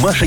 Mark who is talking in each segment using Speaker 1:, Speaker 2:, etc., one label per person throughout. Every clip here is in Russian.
Speaker 1: Маша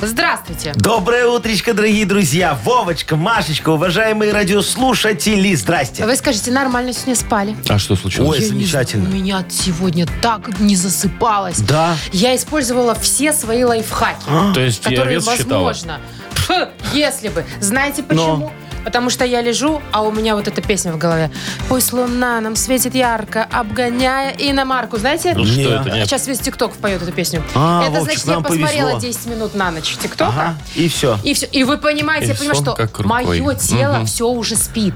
Speaker 2: Здравствуйте.
Speaker 3: Доброе утречко, дорогие друзья. Вовочка, Машечка, уважаемые радиослушатели, здрасте.
Speaker 2: Вы скажете, нормально сегодня спали?
Speaker 4: А что
Speaker 3: Ой,
Speaker 4: случилось?
Speaker 2: У
Speaker 3: замечательно.
Speaker 2: меня сегодня так не засыпалось.
Speaker 3: Да. А?
Speaker 2: Я использовала все свои лайфхаки,
Speaker 4: То есть я
Speaker 2: которые
Speaker 4: вес считала?
Speaker 2: возможно. Пф, Если бы. Знаете почему? Потому что я лежу, а у меня вот эта песня в голове. Пусть луна нам светит ярко, обгоняя иномарку. Знаете?
Speaker 4: Ну
Speaker 3: Не.
Speaker 4: что это? Нет.
Speaker 2: Сейчас весь ТикТок поет эту песню.
Speaker 3: А,
Speaker 2: это
Speaker 3: Вовчик,
Speaker 2: значит, я
Speaker 3: нам
Speaker 2: посмотрела
Speaker 3: повезло.
Speaker 2: 10 минут на ночь ТикТока.
Speaker 3: Ага, и все.
Speaker 2: И, все, и вы понимаете,
Speaker 4: И
Speaker 2: я понимаю,
Speaker 4: сон
Speaker 2: что
Speaker 4: как рукой.
Speaker 2: мое тело все уже спит.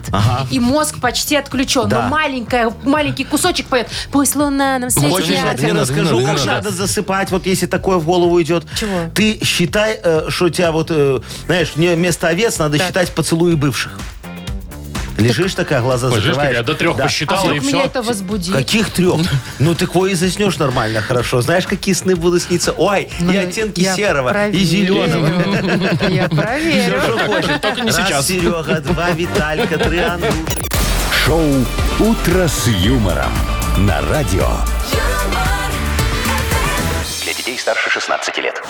Speaker 2: И мозг почти отключен.
Speaker 3: Да.
Speaker 2: Но маленькая, маленький кусочек поет. Пусть луна нам светит
Speaker 4: Хочешь,
Speaker 3: Я
Speaker 4: я
Speaker 2: ярко».
Speaker 4: тебе
Speaker 3: тебе
Speaker 4: надо,
Speaker 3: расскажу,
Speaker 4: не надо,
Speaker 3: как
Speaker 4: не надо.
Speaker 3: надо засыпать, вот если такое в голову идет.
Speaker 2: Чего?
Speaker 3: Ты считай, э, что у тебя вот, э, знаешь, не вместо овец надо
Speaker 2: Так.
Speaker 3: считать поцелуи бывших. Лежишь такая, глаза
Speaker 4: Ой, Жишка,
Speaker 3: закрываешь.
Speaker 4: я до трех
Speaker 3: Да.
Speaker 2: А
Speaker 4: посчитала, и
Speaker 2: вдруг меня
Speaker 4: все.
Speaker 2: это возбудит?
Speaker 3: Каких трех? Ну, ты кое и заснешь нормально, хорошо. Знаешь, какие сны будут сниться? Ой, и оттенки
Speaker 2: Ну, я
Speaker 3: серого,
Speaker 2: проверю.
Speaker 3: и зеленого.
Speaker 2: Я проверю.
Speaker 3: Всё, что хочешь.
Speaker 4: Только не
Speaker 3: Раз
Speaker 4: сейчас.
Speaker 3: Серега, два Виталька, три Андрюша.
Speaker 1: Шоу «Утро с юмором» на радио. Для детей старше 16 лет.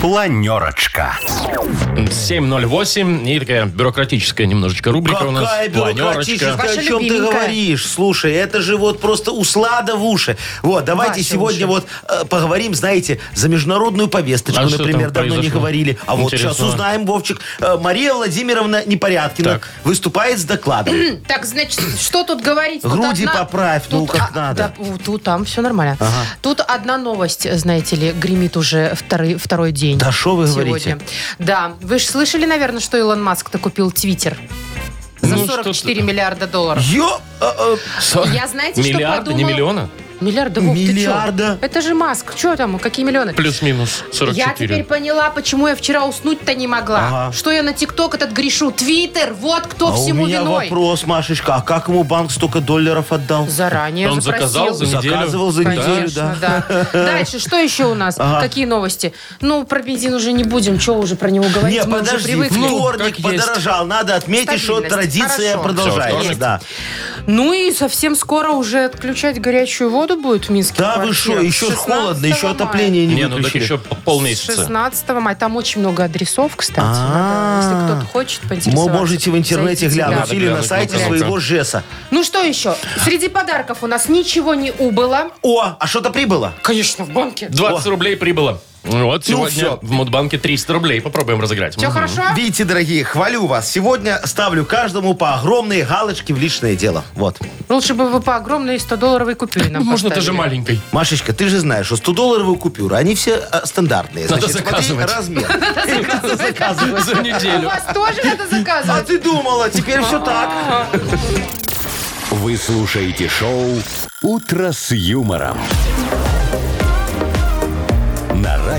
Speaker 1: Планерочка.
Speaker 4: 7.08. И такая бюрократическая немножечко рубрика у нас.
Speaker 3: Какая бюрократическая,
Speaker 4: Планерочка.
Speaker 2: Ваша
Speaker 3: о чем ты
Speaker 2: любименькая.
Speaker 3: говоришь? Слушай, это же вот просто услада в уши. Вот, давайте
Speaker 2: Ваши уши.
Speaker 3: сегодня вот э, поговорим, знаете, за международную повесточку,
Speaker 4: А что
Speaker 3: например,
Speaker 4: там
Speaker 3: давно не
Speaker 4: произошло?
Speaker 3: говорили. А вот
Speaker 4: Интересно.
Speaker 3: сейчас узнаем, Вовчик. Э, Мария Владимировна Непорядкина
Speaker 4: Так.
Speaker 3: выступает с докладом.
Speaker 2: Так, значит, что тут говорить? Тут
Speaker 3: Груди
Speaker 2: одна-
Speaker 3: поправь, ну,
Speaker 2: Тут,
Speaker 3: как
Speaker 2: а,
Speaker 3: надо.
Speaker 2: да, у- тут там все нормально. Тут одна новость, знаете ли, гремит уже второй, второй день.
Speaker 3: Да шо вы
Speaker 2: сегодня.
Speaker 3: говорите?
Speaker 2: Да, вы же слышали, наверное, что Илон Маск-то купил Твиттер за
Speaker 4: Ну,
Speaker 2: 44 миллиарда долларов.
Speaker 3: Ё, э, э,
Speaker 4: что-то-
Speaker 2: Я знаете, что
Speaker 4: Миллиарда, не
Speaker 2: подумала?
Speaker 4: миллиона?
Speaker 2: Миллиарда, Вов, ты чё?
Speaker 3: Миллиарда.
Speaker 2: Это же Маск, что там, какие миллионы?
Speaker 4: Плюс-минус
Speaker 2: Я
Speaker 4: 44.
Speaker 2: теперь поняла, почему я вчера уснуть-то не могла.
Speaker 3: Ага.
Speaker 2: Что я на ТикТок этот грешу. Твиттер, вот кто
Speaker 3: а у
Speaker 2: всему
Speaker 3: меня
Speaker 2: виной.
Speaker 3: вопрос, Машечка, а как ему банк столько долларов отдал?
Speaker 2: Заранее
Speaker 4: Он
Speaker 2: запросил.
Speaker 4: заказал за неделю?
Speaker 3: Заказывал за неделю,
Speaker 2: Конечно,
Speaker 3: да.
Speaker 2: да. Дальше, что еще у нас?
Speaker 3: Ага.
Speaker 2: Какие новости? Ну, про бензин уже не будем, что уже про него говорить,
Speaker 3: Не,
Speaker 2: мы уже
Speaker 3: подожди,
Speaker 2: привыкли.
Speaker 4: Ну,
Speaker 3: вторник
Speaker 4: как есть.
Speaker 3: подорожал. Надо отметить, что
Speaker 2: Стабильность. Хорошо.
Speaker 3: традиция
Speaker 4: Всё,
Speaker 3: продолжается.
Speaker 4: вторник.
Speaker 3: Да.
Speaker 2: Ну и совсем скоро уже отключать горячую воду будет в Минске.
Speaker 3: Да
Speaker 2: в
Speaker 3: вы что,
Speaker 2: квартирах.
Speaker 3: еще ж
Speaker 2: 16
Speaker 3: холодно, еще
Speaker 2: мая.
Speaker 3: отопление не
Speaker 4: Не, ну так
Speaker 3: выключили.
Speaker 4: еще по- полмесяца.
Speaker 2: 16 мая. Там очень много адресов, кстати.
Speaker 3: А-а-а.
Speaker 2: Если кто-то хочет
Speaker 3: Вы
Speaker 2: поинтересоваться.
Speaker 3: можете в интернете
Speaker 2: зайдите,
Speaker 3: глянуть
Speaker 4: Надо
Speaker 3: или
Speaker 4: глянуть,
Speaker 3: на сайте
Speaker 4: ну-ка, ну-ка.
Speaker 3: своего ЖЭСа.
Speaker 2: Ну что еще? Среди подарков у нас ничего не убыло.
Speaker 3: О, а что-то прибыло?
Speaker 2: Конечно, в банке.
Speaker 4: 20 рублей прибыло. Вот сегодня
Speaker 3: всё.
Speaker 4: в Мудбанке 300 рублей. Попробуем разыграть.
Speaker 2: Все
Speaker 4: Мгм.
Speaker 2: Ну, хорошо?
Speaker 3: Видите, дорогие, хвалю вас. Сегодня ставлю каждому по огромной галочке в личное дело. Вот.
Speaker 2: Лучше бы вы по огромной 100-долларовой купюре нам
Speaker 4: Можно
Speaker 2: поставили.
Speaker 4: даже маленькой.
Speaker 3: Машечка, ты же знаешь, что 100-долларовые купюры, они все э, стандартные.
Speaker 4: Надо
Speaker 3: Значит, смотри
Speaker 4: заказывать.
Speaker 3: размер. И надо заказывать.
Speaker 4: За
Speaker 2: У
Speaker 4: неделю.
Speaker 2: вас тоже надо
Speaker 3: А
Speaker 2: заказывать?
Speaker 3: ты думала, теперь все так.
Speaker 1: Вы слушаете шоу «Утро с юмором». На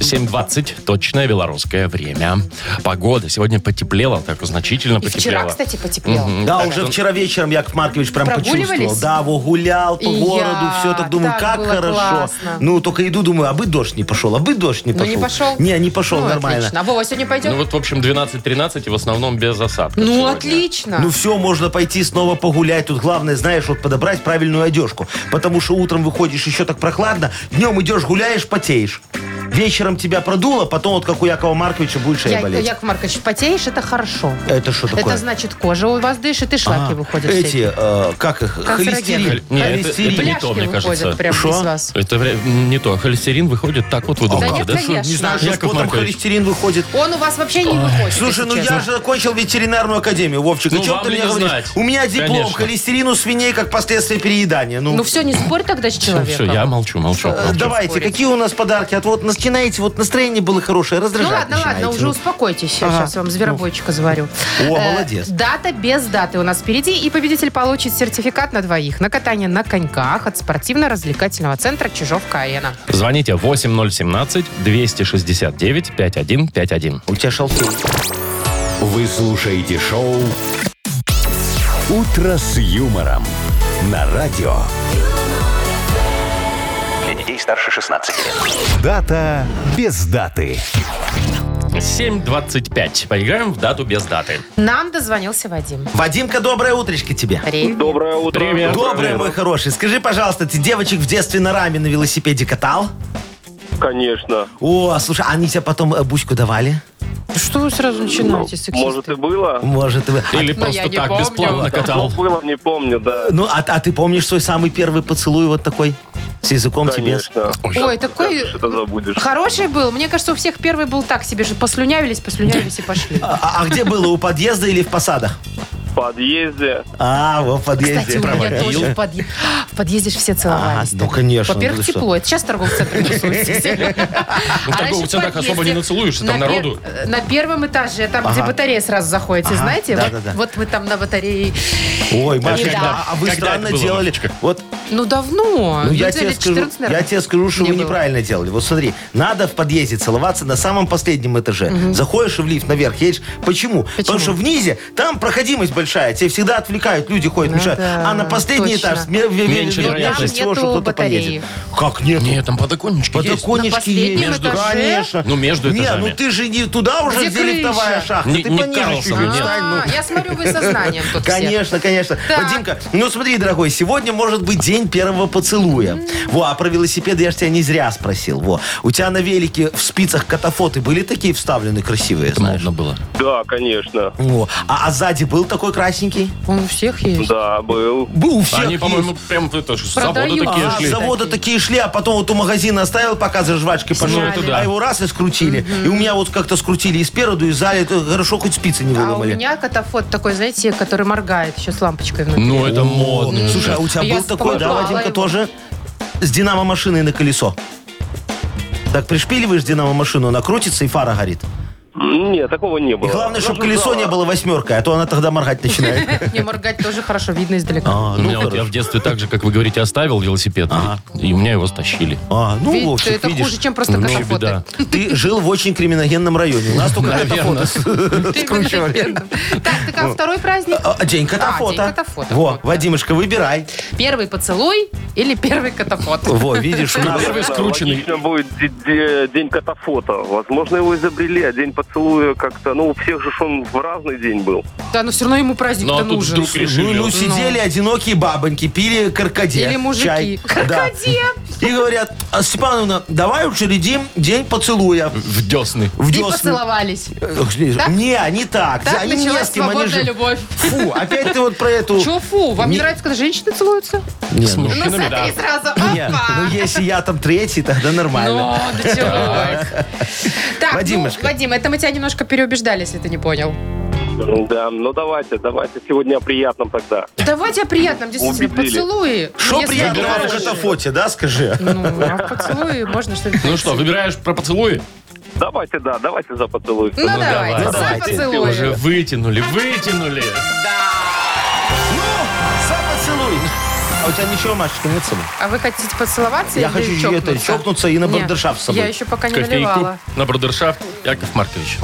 Speaker 4: 7.20, точное белорусское время. Погода сегодня потеплела, так значительно
Speaker 2: И вчера,
Speaker 4: потеплела.
Speaker 2: кстати, потеплело.
Speaker 4: Ну,
Speaker 3: Да, уже вчера вечером Яков Маркович прям
Speaker 2: Прогуливались?
Speaker 3: почувствовал. Да, во, гулял по
Speaker 2: И
Speaker 3: городу,
Speaker 2: я.
Speaker 3: все так думаю,
Speaker 2: Так
Speaker 3: как
Speaker 2: было
Speaker 3: хорошо.
Speaker 2: классно.
Speaker 3: Ну, только иду, думаю, а бы дождь не пошел, а бы дождь не
Speaker 2: Ну,
Speaker 3: пошел.
Speaker 2: не пошел?
Speaker 3: Не, не пошел,
Speaker 2: Ну,
Speaker 3: нормально.
Speaker 2: Отлично. А Вова сегодня пойдет?
Speaker 4: Ну вот, в общем, 12-13 и в основном без осадков.
Speaker 2: Ну,
Speaker 4: сегодня.
Speaker 2: отлично.
Speaker 3: Ну все, можно пойти снова погулять. Тут главное, знаешь, вот подобрать правильную одежку. Потому что утром выходишь еще так прохладно, днем идешь, гуляешь, потеешь. Вечером тебя продуло, потом вот как у Якова Марковича будет шея
Speaker 2: Я-
Speaker 3: болеть.
Speaker 2: Яков Маркович, потеешь, это хорошо.
Speaker 3: Это что такое?
Speaker 2: Это значит, кожа у вас дышит, и шлаки
Speaker 3: А,
Speaker 2: выходят.
Speaker 3: Эти,
Speaker 2: всякие.
Speaker 3: э, как их,
Speaker 2: Канцерогены.
Speaker 3: холестерин.
Speaker 4: Не, это-
Speaker 3: Холестерин.
Speaker 4: это не
Speaker 2: Бляшки
Speaker 4: то, мне
Speaker 2: выходят
Speaker 4: кажется.
Speaker 2: прям
Speaker 3: Шо?
Speaker 2: из вас.
Speaker 4: Это вря- не то. Холестерин выходит так вот, вы
Speaker 2: Да
Speaker 4: думаете,
Speaker 2: нет,
Speaker 4: да?
Speaker 2: конечно.
Speaker 3: Не знаю, что с
Speaker 4: Яков
Speaker 3: потом
Speaker 4: Маркович.
Speaker 3: холестерин выходит.
Speaker 2: Он у вас вообще не выходит.
Speaker 3: Слушай,
Speaker 2: если
Speaker 3: ну я
Speaker 2: честно.
Speaker 3: же закончил ветеринарную академию, Вовчик.
Speaker 4: Ну,
Speaker 3: о чем
Speaker 4: вам
Speaker 3: ты
Speaker 4: ли
Speaker 3: мне
Speaker 4: не
Speaker 3: говоришь?
Speaker 4: знать?
Speaker 3: У меня диплом
Speaker 4: Конечно.
Speaker 3: холестерин у свиней как последствие переедания. Ну,
Speaker 2: Ну все, не спорь тогда с
Speaker 4: Все,
Speaker 2: человеком.
Speaker 4: я молчу, молчу.
Speaker 3: э,
Speaker 4: молчу.
Speaker 3: давайте,
Speaker 2: спорить.
Speaker 3: какие у нас подарки? А то вот начинаете, вот настроение было хорошее,
Speaker 2: Ну
Speaker 3: раздражать
Speaker 2: ладно, ладно,
Speaker 3: начинаете.
Speaker 2: уже успокойтесь. Я
Speaker 3: ну. Ага. ну.
Speaker 2: сейчас вам зверобойчика заварю.
Speaker 3: О,
Speaker 2: Э,
Speaker 3: молодец.
Speaker 2: Дата без даты у нас впереди. И победитель получит сертификат на двоих на катание на коньках от спортивно-развлекательного центра Чижовка-Арена.
Speaker 4: Звоните 8017-269-5151.
Speaker 3: У тебя шалтей.
Speaker 1: Вы слушаете шоу «Утро с юмором» на радио.
Speaker 5: Для детей старше 16 лет.
Speaker 1: Дата без даты.
Speaker 4: 7.25. Поиграем в дату без даты.
Speaker 2: Нам дозвонился Вадим.
Speaker 3: Вадимка, доброе утречко тебе.
Speaker 2: Привет.
Speaker 6: Доброе утро.
Speaker 4: Привет.
Speaker 3: Доброе, мой хороший. Скажи, пожалуйста, ты девочек в детстве на раме на велосипеде катал?
Speaker 6: Конечно.
Speaker 3: О, слушай, а они тебе потом э, бучку давали?
Speaker 2: Что вы сразу начинаете, сексисты?
Speaker 6: Ну, Может и было?
Speaker 3: Может, вы...
Speaker 4: Или
Speaker 2: Но я
Speaker 4: просто
Speaker 2: не
Speaker 4: так,
Speaker 2: помню.
Speaker 4: бесплатно
Speaker 6: Ну,
Speaker 4: катал.
Speaker 6: было, не помню, да.
Speaker 3: Ну, а, а ты помнишь свой самый первый поцелуй вот такой? С языком тебе?
Speaker 6: Конечно.
Speaker 2: Ой, такой
Speaker 6: Ты Что забудешь?
Speaker 2: хороший был. Мне кажется, у всех первый был так себе же. Послюнявились, послюнявились и пошли.
Speaker 3: А, а где было, у подъезда или в посадах?
Speaker 6: В подъезде.
Speaker 3: А, во, в
Speaker 2: Кстати,
Speaker 3: подъезде.
Speaker 2: у меня
Speaker 4: проводил.
Speaker 2: тоже в подъезде. В подъезде же все целовались.
Speaker 3: ну, конечно, ну,
Speaker 2: Во-первых,
Speaker 3: ты
Speaker 2: тепло. Это сейчас в торговых центрах тусуются все.
Speaker 4: Ну, в
Speaker 2: А раньше
Speaker 4: торговых центрах особо
Speaker 2: подъезде
Speaker 4: не нацелуешься, там
Speaker 2: на пер-
Speaker 4: народу.
Speaker 2: На первом этаже, там, где батарея сразу заходите,
Speaker 3: Ага,
Speaker 2: знаете? Вот-
Speaker 3: да-да-да.
Speaker 2: Вот мы там на батарее.
Speaker 3: Ой,
Speaker 2: Не
Speaker 3: Машечка,
Speaker 2: да.
Speaker 3: а, а вы
Speaker 4: Когда
Speaker 3: странно
Speaker 4: это было,
Speaker 3: делали.
Speaker 4: Машечка?
Speaker 3: Вот
Speaker 2: Ну, давно.
Speaker 3: Ну, я
Speaker 2: лет
Speaker 3: тебе,
Speaker 2: 14,
Speaker 3: скажу,
Speaker 2: наверное.
Speaker 3: я тебе скажу, что
Speaker 2: Не
Speaker 3: вы
Speaker 2: было.
Speaker 3: неправильно делали. Вот смотри, надо в подъезде целоваться на самом последнем этаже. Заходишь в лифт наверх, едешь. Почему? Потому что внизе там проходимость большая, тебя всегда отвлекают, люди ходят,
Speaker 2: Ну
Speaker 3: мешают.
Speaker 2: да,
Speaker 3: а на последний
Speaker 2: точно.
Speaker 3: этаж ме- ве- ве-
Speaker 4: Меньше
Speaker 3: ве-
Speaker 4: вероятность.
Speaker 2: Там
Speaker 3: всего, что
Speaker 2: нету
Speaker 3: кто-то
Speaker 2: батареи.
Speaker 3: поедет. Как нет?
Speaker 4: Нет, там подоконнички есть.
Speaker 2: На
Speaker 3: Подоконнички
Speaker 2: последнем
Speaker 3: есть.
Speaker 2: Между этаже?
Speaker 3: Конечно.
Speaker 4: Ну, между
Speaker 3: Не,
Speaker 4: этажами.
Speaker 3: ну ты же не туда уже,
Speaker 2: Где
Speaker 3: где, лифтовая
Speaker 2: крыша?
Speaker 3: шахта.
Speaker 4: Не-
Speaker 3: а ты
Speaker 4: не
Speaker 3: пониже
Speaker 4: Карлсона,
Speaker 3: чуть-чуть
Speaker 4: нет.
Speaker 3: встань, ну.
Speaker 2: А, я смотрю, вы со знанием тут все.
Speaker 3: Конечно, конечно.
Speaker 2: Так.
Speaker 3: Вадимка, ну смотри, дорогой, сегодня может быть день первого поцелуя. Во, а про велосипеды я ж тебя не зря спросил. Во, у тебя на велике в спицах катафоты были такие вставлены красивые,
Speaker 4: Это
Speaker 3: знаешь?
Speaker 4: модно было.
Speaker 6: Да, конечно.
Speaker 3: Во. А, а сзади был такой красненький?
Speaker 2: Он у всех есть.
Speaker 6: Да, был.
Speaker 3: Был у всех.
Speaker 4: Они,
Speaker 3: есть.
Speaker 4: по-моему, прям это, с завода
Speaker 2: Продают.
Speaker 4: такие
Speaker 3: А, с
Speaker 4: шли.
Speaker 3: завода такие шли, а потом вот у магазина оставил, пока за жвачкой пошел,
Speaker 4: это да.
Speaker 3: а его раз и скрутили. И у меня вот как-то скрутили и спереду, и сзади. Это Хорошо, хоть спицы не
Speaker 2: А у
Speaker 3: выломали.
Speaker 2: меня катафот такой, знаете, который моргает еще с лампочкой внутри.
Speaker 4: Ну, это модно.
Speaker 3: О, Слушай, а у тебя
Speaker 2: Я
Speaker 3: был такой, да,
Speaker 2: покупала
Speaker 3: Вадимка,
Speaker 2: его.
Speaker 3: тоже? С динамо-машиной на колесо. Так пришпиливаешь динамо-машину, она крутится и фара горит.
Speaker 6: Нет, такого не
Speaker 3: И
Speaker 6: было.
Speaker 3: главное, чтобы
Speaker 6: Ну,
Speaker 3: колесо
Speaker 6: да.
Speaker 3: не было восьмеркой, а то она тогда моргать начинает.
Speaker 2: Не моргать тоже хорошо видно издалека.
Speaker 3: Ну. А,
Speaker 4: У меня
Speaker 3: ну,
Speaker 4: вот я
Speaker 3: хорошо.
Speaker 4: в детстве так же, как вы говорите, оставил велосипед, и у меня его стащили.
Speaker 3: А, ну,
Speaker 2: Видишь,
Speaker 3: Вовчик,
Speaker 2: это
Speaker 3: видишь,
Speaker 2: хуже, чем просто
Speaker 4: Ну,
Speaker 2: катафоты.
Speaker 4: беда.
Speaker 3: ты жил в очень криминогенном районе. У нас только
Speaker 4: Наверно.
Speaker 3: катафоты
Speaker 2: Ты
Speaker 3: скручивали.
Speaker 2: именно- Так, так а второй праздник?
Speaker 3: А, День катафота.
Speaker 2: день катафота.
Speaker 3: Во,
Speaker 2: Вот, да.
Speaker 3: Вадимушка, выбирай.
Speaker 2: Первый поцелуй или первый катафот?
Speaker 3: Во, видишь, у нас...
Speaker 4: Первый
Speaker 6: Да,
Speaker 4: скрученный.
Speaker 6: логично будет де- де- день катафота. Возможно, его изобрели, а день поцелуя как-то... Ну, у всех же ж он в разный день был.
Speaker 2: Да, но все равно ему
Speaker 4: Ну, а
Speaker 2: праздник-то
Speaker 4: тут
Speaker 2: нужен.
Speaker 4: вдруг
Speaker 3: Ну,
Speaker 4: решили.
Speaker 3: ну, сидели одинокие бабоньки, пили каркаде.
Speaker 2: Или мужики.
Speaker 3: чай. Да.
Speaker 2: Крокодил.
Speaker 3: И говорят, «А, Степановна, давай учредим день поцелуя.
Speaker 4: В десны.
Speaker 3: В
Speaker 2: И
Speaker 3: десны».
Speaker 2: поцеловались.
Speaker 3: Э, Не, не так.
Speaker 2: Так
Speaker 3: они не
Speaker 2: началась
Speaker 3: с кем, они
Speaker 2: свободная
Speaker 3: же-
Speaker 2: любовь.
Speaker 3: Фу, опять ты вот про эту...
Speaker 2: Че, фу, вам не
Speaker 3: Не-
Speaker 2: нравится, когда женщины целуются?
Speaker 3: Не,
Speaker 4: С
Speaker 3: ну,
Speaker 2: Ну,
Speaker 4: мужчинами, да.
Speaker 2: смотри сразу,
Speaker 3: не, ну
Speaker 2: опа.
Speaker 3: если я там третий, тогда нормально.
Speaker 2: Ну, да чувак. Так, ну,
Speaker 3: Вадимушка.
Speaker 2: Вадим, это мы тебя немножко переубеждали, если ты не понял.
Speaker 6: Да, ну давайте, давайте сегодня о приятном тогда.
Speaker 2: Давайте о приятном, действительно,
Speaker 6: Убедили.
Speaker 2: поцелуи.
Speaker 3: Что
Speaker 2: Ну, если
Speaker 3: приятного в
Speaker 2: хорошие.
Speaker 3: катафоте, да, скажи?
Speaker 2: Ну, а в поцелуи можно что-нибудь.
Speaker 4: Ну что, выбираешь про поцелуи?
Speaker 6: Давайте, да, давайте за поцелуй.
Speaker 2: Ну,
Speaker 4: ну, давай.
Speaker 2: давайте,
Speaker 4: Ну,
Speaker 2: за
Speaker 3: давайте.
Speaker 4: Уже
Speaker 2: поцелуи.
Speaker 4: вытянули, вытянули.
Speaker 3: Ну, сам поцелуй. А у тебя ничего, Машечка, нет с собой?
Speaker 2: А вы хотите поцеловаться
Speaker 3: Я
Speaker 2: или
Speaker 3: хочу
Speaker 2: чокнуться?
Speaker 3: это, чокнуться и на
Speaker 2: Не,
Speaker 3: бандершафт с собой.
Speaker 2: Я еще пока не
Speaker 4: Кофейку
Speaker 2: наливала.
Speaker 4: на брудершафт Яков Маркович.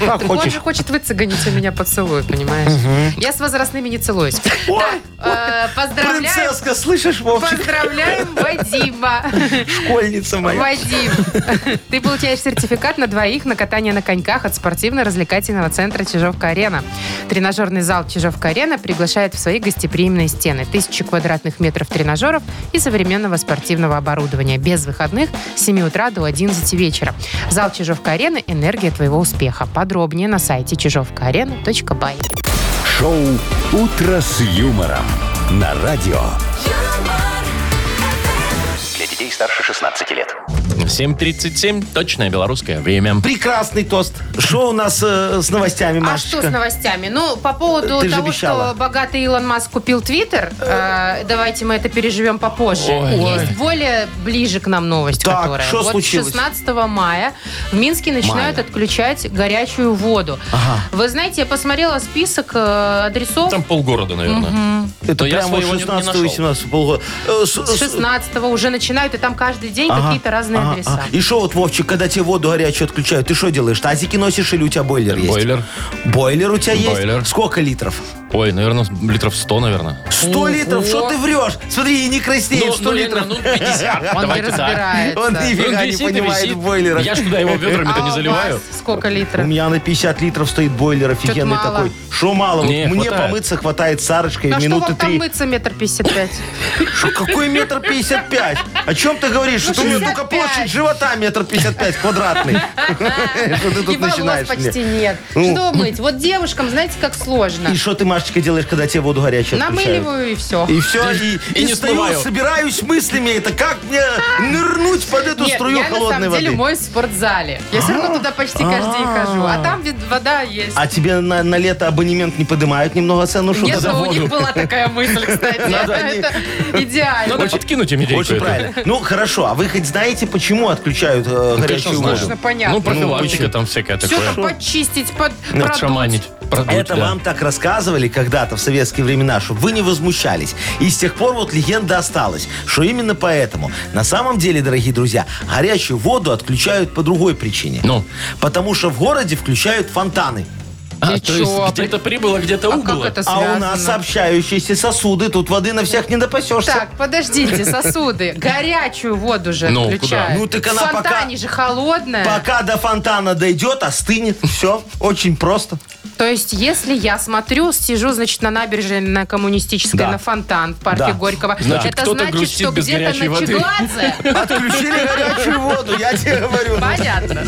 Speaker 3: Как
Speaker 2: Так Он
Speaker 3: хочешь.
Speaker 2: же хочет выцегонить у меня поцелуй, понимаешь? Я с возрастными не целуюсь.
Speaker 3: О,
Speaker 2: Так, э, Поздравляем.
Speaker 3: принцесска, слышишь, Вовчик?
Speaker 2: Поздравляем Вадима.
Speaker 3: Школьница моя.
Speaker 2: Вадим, ты получаешь сертификат на двоих на катание на коньках от спортивно-развлекательного центра Чижовка-Арена. Тренажерный зал Чижовка-Арена приглашает в свои гостеприимные стены. Тысячи квадратных метров тренажеров и современного спортивного оборудования. Без выходных с 7 утра до 11 вечера. Зал Чижовка-Арена – энергия твоего успеха. Подробнее на сайте чижовкаарена.бай.
Speaker 1: Шоу «Утро с юмором» на радио.
Speaker 5: Для детей старше 16 лет.
Speaker 4: 7.37, точное белорусское время.
Speaker 3: Прекрасный тост. Что у нас э, с новостями,
Speaker 2: А что с
Speaker 3: Машечка?
Speaker 2: новостями? Ну, по поводу
Speaker 3: Ты же
Speaker 2: того,
Speaker 3: обещала.
Speaker 2: что богатый Илон Маск купил Твиттер, э, давайте мы это переживем попозже.
Speaker 4: Ой.
Speaker 2: Есть более ближе к нам новость,
Speaker 3: Так,
Speaker 2: которая.
Speaker 3: что
Speaker 2: вот
Speaker 3: случилось?
Speaker 2: 16 мая в Минске начинают отключать горячую воду.
Speaker 3: Ага.
Speaker 2: Вы знаете, я посмотрела список э, адресов.
Speaker 4: Там полгорода, наверное.
Speaker 3: Это
Speaker 4: Но я
Speaker 3: прямо
Speaker 4: своего не- не нашел.
Speaker 3: 16-18 полгода. Э, с-
Speaker 2: С
Speaker 3: с-
Speaker 2: 16 уже начинают, и там каждый день
Speaker 3: Ага,
Speaker 2: какие-то разные
Speaker 3: ага.
Speaker 2: адреса.
Speaker 3: и что вот, Вовчик, когда тебе воду горячую отключают, ты что делаешь? Тазики носишь или у тебя бойлер есть?
Speaker 4: Бойлер.
Speaker 3: Бойлер у тебя
Speaker 4: Бойлер.
Speaker 3: есть? Сколько литров?
Speaker 4: Ой, наверное, литров 100, наверное.
Speaker 3: 100 литров? Что ты врешь? Смотри, и не краснеет 100 литров.
Speaker 4: ну, 50.
Speaker 2: Он не
Speaker 4: Давайте так.
Speaker 2: разбирается.
Speaker 3: Он не-
Speaker 4: Ну,
Speaker 3: Нифига не
Speaker 4: висит и
Speaker 3: понимает
Speaker 4: висит.
Speaker 3: в бойлерах.
Speaker 4: Я ж туда его ведрами-то
Speaker 2: А
Speaker 4: не
Speaker 2: у
Speaker 4: заливаю.
Speaker 2: вас сколько
Speaker 3: У
Speaker 2: литров?
Speaker 3: меня на 50 литров стоит бойлер офигенный
Speaker 2: мало.
Speaker 3: такой. Что мало? Вот
Speaker 4: Не,
Speaker 3: мне
Speaker 4: хватает.
Speaker 3: помыться хватает с Сарочкой
Speaker 2: Ну а что
Speaker 3: минуты
Speaker 2: вам там
Speaker 3: три.
Speaker 2: мыться метр пятьдесят пять?
Speaker 3: Шо, какой метр пятьдесят пять? О чем ты говоришь? Что у меня только
Speaker 2: 65.
Speaker 3: площадь живота метр пятьдесят пять квадратный. Что ты
Speaker 2: И
Speaker 3: тут
Speaker 2: волос
Speaker 3: начинаешь
Speaker 2: почти
Speaker 3: мне?
Speaker 2: нет.
Speaker 3: Ну.
Speaker 2: Что мыть? Вот девушкам, знаете, как сложно.
Speaker 3: И что ты, Машечка, делаешь, когда тебе воду горячую отключают?
Speaker 2: Намыливаю и все.
Speaker 3: И все, и,
Speaker 4: И
Speaker 3: и
Speaker 4: не
Speaker 3: стою,
Speaker 4: смываю.
Speaker 3: собираюсь мыслями. Это как мне нырнуть под эту
Speaker 2: Нет,
Speaker 3: струю
Speaker 2: я на
Speaker 3: холодной
Speaker 2: самом
Speaker 3: воды?
Speaker 2: деле моюсь в спортзале. Я все равно туда почти каждый день хожу. А там ведь вода есть.
Speaker 3: А тебе на, на лето абонемент не поднимают немного цену? что
Speaker 2: Если
Speaker 3: за
Speaker 2: бы у них
Speaker 3: воду?
Speaker 2: была такая мысль, кстати. Это это
Speaker 4: Надо
Speaker 2: идеально.
Speaker 4: подкинуть им идейку
Speaker 3: Очень
Speaker 4: эту.
Speaker 3: правильно. Ну, хорошо. А вы хоть знаете, почему отключают э,
Speaker 4: Ну, Конечно,
Speaker 3: горячую
Speaker 4: знаю.
Speaker 3: воду?
Speaker 2: Конечно, понятно.
Speaker 4: Ну, профилактика там всякая
Speaker 2: Все там
Speaker 4: такое.
Speaker 2: почистить, под, продуть.
Speaker 4: Отшаманить. продуть,
Speaker 3: Это
Speaker 4: да.
Speaker 3: вам так рассказывали когда-то в советские времена, чтобы вы не возмущались. И с тех пор вот легенда осталась, что именно поэтому. На самом деле, дорогие друзья, горячую воду отключают по другой причине.
Speaker 4: Ну?
Speaker 3: Потому что в городе включают фонтаны.
Speaker 4: А,
Speaker 2: Ты
Speaker 4: то есть
Speaker 2: чё,
Speaker 4: где-то прибыло, где-то
Speaker 2: А как
Speaker 4: убыло.
Speaker 2: это
Speaker 3: А
Speaker 2: связано?
Speaker 3: у нас сообщающиеся сосуды, тут воды на всех не допасешься.
Speaker 2: Так, подождите, сосуды. Горячую воду же
Speaker 4: Ну, куда?
Speaker 2: включают.
Speaker 3: Ну, так она
Speaker 2: В фонтане
Speaker 3: пока-
Speaker 2: же холодная.
Speaker 3: Пока до фонтана дойдет, остынет. Все, очень просто.
Speaker 2: То есть, если я смотрю, сижу, значит, на набережной, на коммунистической,
Speaker 3: Да.
Speaker 2: на фонтан в парке
Speaker 3: Да.
Speaker 2: Горького,
Speaker 4: Значит,
Speaker 2: это
Speaker 4: кто-то
Speaker 2: значит,
Speaker 4: грустит
Speaker 2: что
Speaker 4: без
Speaker 2: где-то
Speaker 4: горячей
Speaker 2: на
Speaker 4: воды.
Speaker 2: Чеглаце.
Speaker 3: Отключили горячую воду, я тебе говорю. Ну,
Speaker 2: Понятно.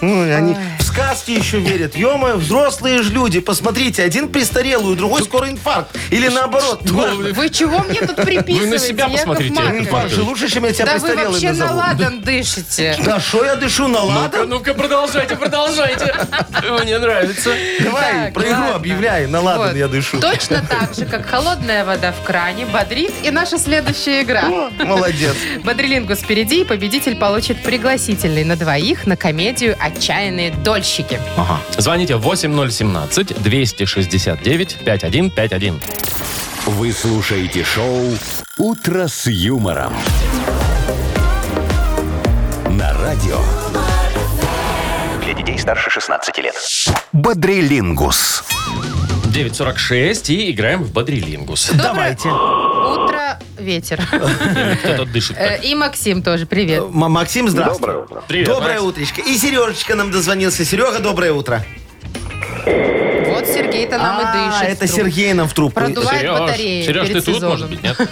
Speaker 3: Ну, и они в сказки еще верят. Ё-моё, взрослые же люди. Посмотрите, один престарелый, у другой скоро инфаркт. Или наоборот. Неважно.
Speaker 2: Вы чего мне тут приписываете?
Speaker 4: Вы на себя
Speaker 2: Яков
Speaker 4: посмотрите,
Speaker 2: Маркович?
Speaker 4: Яков Маркович.
Speaker 3: Слушай, лучше, чем я тебя
Speaker 2: Да вы
Speaker 3: престарелым
Speaker 2: вообще на
Speaker 3: назову.
Speaker 2: ладан дышите.
Speaker 3: Да что я дышу на
Speaker 4: Ну-ка,
Speaker 3: ладан?
Speaker 4: ну-ка, продолжайте, продолжайте. Мне нравится.
Speaker 3: Давай,
Speaker 2: Так,
Speaker 3: про игру
Speaker 2: ладно.
Speaker 3: объявляй. На ладан
Speaker 2: Вот.
Speaker 3: я дышу.
Speaker 2: Точно так же, как холодная вода в кране, бодрит и наша следующая игра.
Speaker 3: О, Молодец.
Speaker 2: Бодрилингус впереди, и победитель получит пригласительный на двоих на комедию «Отчаянные дольщики».
Speaker 4: Звоните 8017-269-5151.
Speaker 1: Вы слушаете шоу «Утро с юмором». На радио
Speaker 5: Для детей старше 16 лет.
Speaker 1: «Бодрилингус».
Speaker 4: 9.46 и играем в Бодрилингус.
Speaker 3: Давайте.
Speaker 2: Утро, ветер.
Speaker 4: Кто-то дышит.
Speaker 2: Э, И Максим тоже, привет.
Speaker 3: М- Максим, здравствуй.
Speaker 6: Доброе утро.
Speaker 4: Привет,
Speaker 3: Доброе
Speaker 4: Макс.
Speaker 3: утречко. И Сережечка нам дозвонился. Серега, доброе утро.
Speaker 2: Вот Сергей-то нам и
Speaker 3: А,
Speaker 2: дышит.
Speaker 3: это
Speaker 2: вдруг.
Speaker 3: Сергей нам в трубку.
Speaker 2: Продувает. Бывает
Speaker 4: Сереж,
Speaker 2: батарея
Speaker 4: Сереж, ты
Speaker 2: перед
Speaker 4: тут,
Speaker 2: сезоном.
Speaker 4: может быть, нет?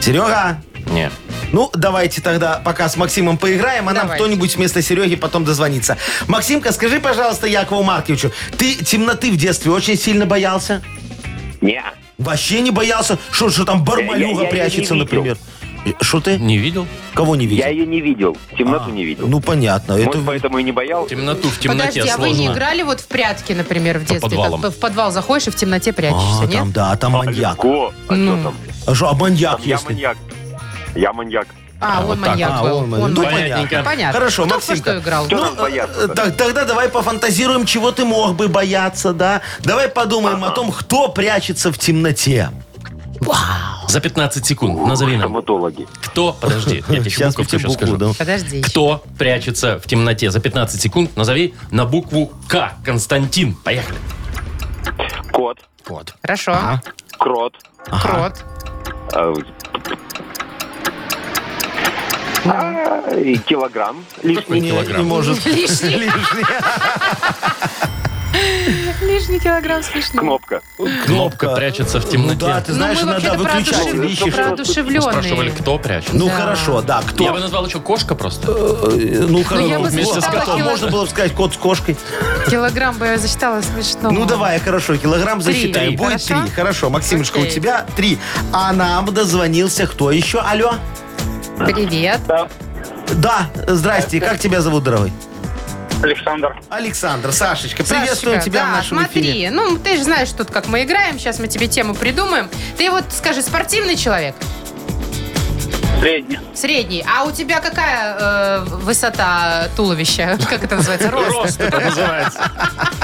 Speaker 3: Серега,
Speaker 4: Не.
Speaker 3: Ну, давайте тогда пока с Максимом поиграем, а нам
Speaker 2: Давайте.
Speaker 3: кто-нибудь вместо Сереги потом дозвонится. Максимка, скажи, пожалуйста, Якову Марковичу, ты темноты в детстве очень сильно боялся?
Speaker 6: Не.
Speaker 3: Вообще не боялся? Что, что там
Speaker 6: Я- я-
Speaker 3: Бармалюга
Speaker 6: я
Speaker 3: прячется,
Speaker 6: не
Speaker 3: например? Что ты?
Speaker 4: Не видел?
Speaker 3: Кого не видел?
Speaker 6: Я ее не видел. Темноту не видел.
Speaker 3: Ну, понятно.
Speaker 6: Может,
Speaker 3: Это...
Speaker 6: поэтому и не боялся.
Speaker 4: Темноту в темноте
Speaker 2: Подожди, а вы не
Speaker 4: сложно.
Speaker 2: играли вот в прятки, например, в детстве? Как
Speaker 4: подвалам.
Speaker 2: бы в подвал заходишь и в темноте прячешься,
Speaker 3: А,
Speaker 2: нет?
Speaker 3: там, да, а там маньяк.
Speaker 6: О, а
Speaker 2: Ну.
Speaker 6: что там?
Speaker 3: А что, а маньяк,
Speaker 6: Там я
Speaker 3: если?
Speaker 6: маньяк. Я маньяк.
Speaker 2: А, он
Speaker 4: вот так.
Speaker 2: маньяк
Speaker 3: А,
Speaker 2: был.
Speaker 3: он маньяк.
Speaker 2: Он
Speaker 3: Ну,
Speaker 2: маньяк.
Speaker 4: понятненько.
Speaker 3: понятно.
Speaker 2: Понятно.
Speaker 3: Хорошо,
Speaker 2: Кто во
Speaker 3: Максимка.
Speaker 2: что играл?
Speaker 6: Кто там
Speaker 3: Ну,
Speaker 6: боялся?
Speaker 3: э, так, тогда давай пофантазируем, чего ты мог бы бояться, да? Давай подумаем о том, кто прячется в темноте.
Speaker 4: За 15 секунд назови нам.
Speaker 6: Стоматологи.
Speaker 4: Кто, подожди, я тебе
Speaker 3: Щас
Speaker 4: буковку
Speaker 3: я тебе
Speaker 4: сейчас
Speaker 3: букву
Speaker 4: скажу.
Speaker 3: дам.
Speaker 2: Подожди. еще.
Speaker 4: Кто прячется в темноте? За 15 секунд назови на букву К. Константин. Поехали.
Speaker 6: Кот.
Speaker 4: Вот.
Speaker 2: Хорошо.
Speaker 6: Крот.
Speaker 2: Крот.
Speaker 6: э, а, и килограмм лишний.
Speaker 3: Не-
Speaker 4: килограмм.
Speaker 3: не может.
Speaker 2: Лишний. Лишний килограмм с лишним.
Speaker 6: Кнопка.
Speaker 4: Кнопка прячется в
Speaker 3: Ну да,
Speaker 4: темноте.
Speaker 3: ты Ну, знаешь,
Speaker 2: ну, мы
Speaker 3: иногда
Speaker 2: вообще-то
Speaker 3: выключатель
Speaker 2: продушев-
Speaker 3: ищешь.
Speaker 2: продушевленные.
Speaker 4: Спрашивали, кто прячется.
Speaker 3: Ну
Speaker 2: Да.
Speaker 3: хорошо, да, кто?
Speaker 4: Я бы назвал еще кошка просто.
Speaker 3: Э, Ну хорошо,
Speaker 2: я бы
Speaker 4: Вместе с
Speaker 3: а
Speaker 4: котом.
Speaker 3: потом можно было бы сказать кот с кошкой.
Speaker 2: Килограмм бы я засчитала смешно.
Speaker 3: Ну давай, хорошо, килограмм
Speaker 2: Три.
Speaker 3: засчитаем.
Speaker 2: Три,
Speaker 3: Будет
Speaker 2: хорошо?
Speaker 3: три. Хорошо, Максимочка, у
Speaker 2: Окей.
Speaker 3: тебя три. А нам дозвонился кто еще? Алло?
Speaker 2: Привет.
Speaker 3: Да, здрасте, как тебя зовут, дорогой?
Speaker 7: Александр.
Speaker 3: Александр, Сашечка, приветствуем
Speaker 2: Сашечка,
Speaker 3: тебя
Speaker 2: да,
Speaker 3: в нашем
Speaker 2: смотри,
Speaker 3: эфире.
Speaker 2: ну ты же знаешь тут, как мы играем. Сейчас мы тебе тему придумаем. Ты вот скажи, спортивный человек?
Speaker 7: Средний.
Speaker 2: Средний. А у тебя какая э, высота туловища? Как это называется? Рост?
Speaker 4: Рост это называется.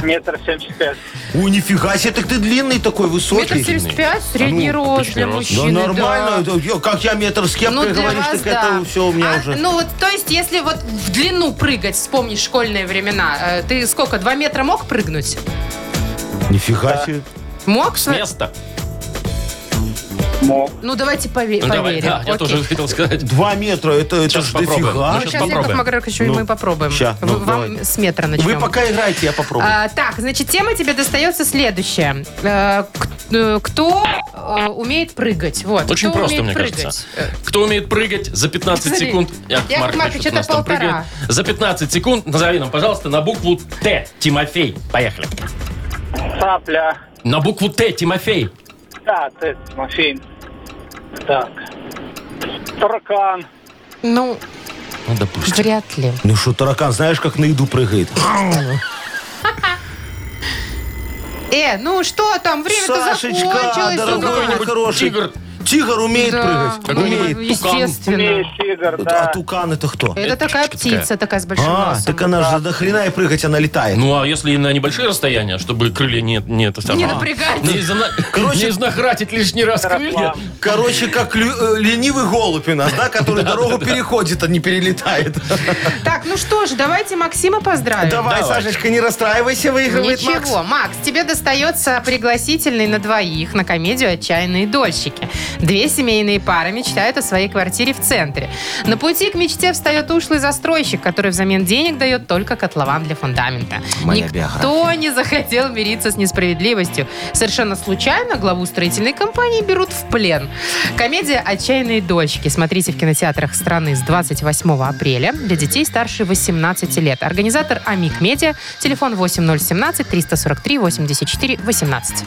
Speaker 7: Метр семьдесят пять.
Speaker 3: У, нифига себе, так ты длинный такой,
Speaker 2: Метр
Speaker 3: высокий.
Speaker 2: семьдесят пять? Средний
Speaker 4: А ну,
Speaker 2: рост для
Speaker 4: обычный рост.
Speaker 3: Да
Speaker 2: мужчины,
Speaker 3: нормально, это, ё, как я метр с кем
Speaker 2: Ну,
Speaker 3: ты
Speaker 2: для
Speaker 3: говоришь,
Speaker 2: вас,
Speaker 3: так
Speaker 2: да.
Speaker 3: это все у меня
Speaker 2: А,
Speaker 3: уже.
Speaker 2: Ну, вот, то есть, если вот в длину прыгать, вспомнишь школьные времена, э, ты сколько, два метра мог прыгнуть? ну,
Speaker 3: Нифига себе.
Speaker 2: Мог?
Speaker 4: С
Speaker 2: что ли?
Speaker 4: места.
Speaker 7: Мог.
Speaker 2: Ну, давайте пове-
Speaker 4: Ну, давай,
Speaker 2: поверим.
Speaker 4: да, я
Speaker 2: Окей.
Speaker 4: тоже хотел сказать.
Speaker 3: Два метра, это, это
Speaker 4: Сейчас
Speaker 3: ж
Speaker 4: попробуем.
Speaker 3: дофига.
Speaker 4: Ну, щас
Speaker 2: Сейчас, Яков
Speaker 4: попробуем.
Speaker 2: Маргаринович,
Speaker 3: Ну,
Speaker 2: мы попробуем.
Speaker 3: ща, ну,
Speaker 2: Вы- Вам
Speaker 3: давай.
Speaker 2: с метра начнем.
Speaker 3: Вы пока играете, я попробую.
Speaker 2: А, так, значит, тема тебе достается следующая. Э, к- э, Кто э, умеет прыгать? Вот.
Speaker 4: Очень
Speaker 2: кто
Speaker 4: просто,
Speaker 2: умеет
Speaker 4: мне
Speaker 2: прыгать?
Speaker 4: кажется.
Speaker 2: Э,
Speaker 4: Кто умеет прыгать за 15
Speaker 2: Смотри,
Speaker 4: секунд?
Speaker 2: Яков Маркович,
Speaker 4: вот у нас
Speaker 2: это
Speaker 4: там
Speaker 2: полтора.
Speaker 4: прыгает. За 15 секунд назови нам, пожалуйста, на букву Т. Тимофей. Поехали.
Speaker 7: Цапля.
Speaker 4: На букву Т, Тимофей.
Speaker 7: Да, ты, Тимофей. Так. Таракан.
Speaker 2: Ну,
Speaker 4: Ну, допустим.
Speaker 2: вряд ли.
Speaker 3: Ну что, таракан, знаешь, как на еду прыгает?
Speaker 2: Э, ну что там, время-то
Speaker 3: Сашечка,
Speaker 2: закончилось.
Speaker 3: дорогой
Speaker 2: ну,
Speaker 3: мой хороший.
Speaker 4: тигр.
Speaker 3: Тигр умеет
Speaker 2: да,
Speaker 3: прыгать.
Speaker 2: ну,
Speaker 3: Умеет.
Speaker 7: Умеет
Speaker 2: естественно.
Speaker 7: тигр,
Speaker 3: А
Speaker 7: да.
Speaker 3: тукан это кто?
Speaker 2: Это такая птица, такая с большим
Speaker 3: А,
Speaker 2: носом.
Speaker 3: так она же до хрена и прыгать, она летает.
Speaker 4: Ну, а если на небольшие расстояния, чтобы крылья не, не это самое-
Speaker 2: Не напрягать.
Speaker 4: Не, изна...
Speaker 3: Короче-
Speaker 4: не изнахратить лишний раз крылья.
Speaker 7: Таракан.
Speaker 3: Короче, как лю- э, ленивый голубь у нас, да, который дорогу переходит, а не перелетает.
Speaker 2: Так, ну что ж, давайте Максима поздравим.
Speaker 3: Давай,
Speaker 4: Давай.
Speaker 3: Сашечка, не расстраивайся, выигрывает Макс.
Speaker 2: Ничего, Макс, тебе достается пригласительный на двоих на комедию «Отчаянные дольщики». Две семейные пары мечтают о своей квартире в центре. На пути к мечте встает ушлый застройщик, который взамен денег дает только котлован для фундамента.
Speaker 3: Моя
Speaker 2: Никто
Speaker 3: биография.
Speaker 2: не захотел мириться с несправедливостью. Совершенно случайно главу строительной компании берут в плен. Комедия «Отчаянные дольщики». Смотрите в кинотеатрах страны с 28 апреля для детей старше 18 лет. Организатор Амик Медиа. Телефон 8017 343 84 18.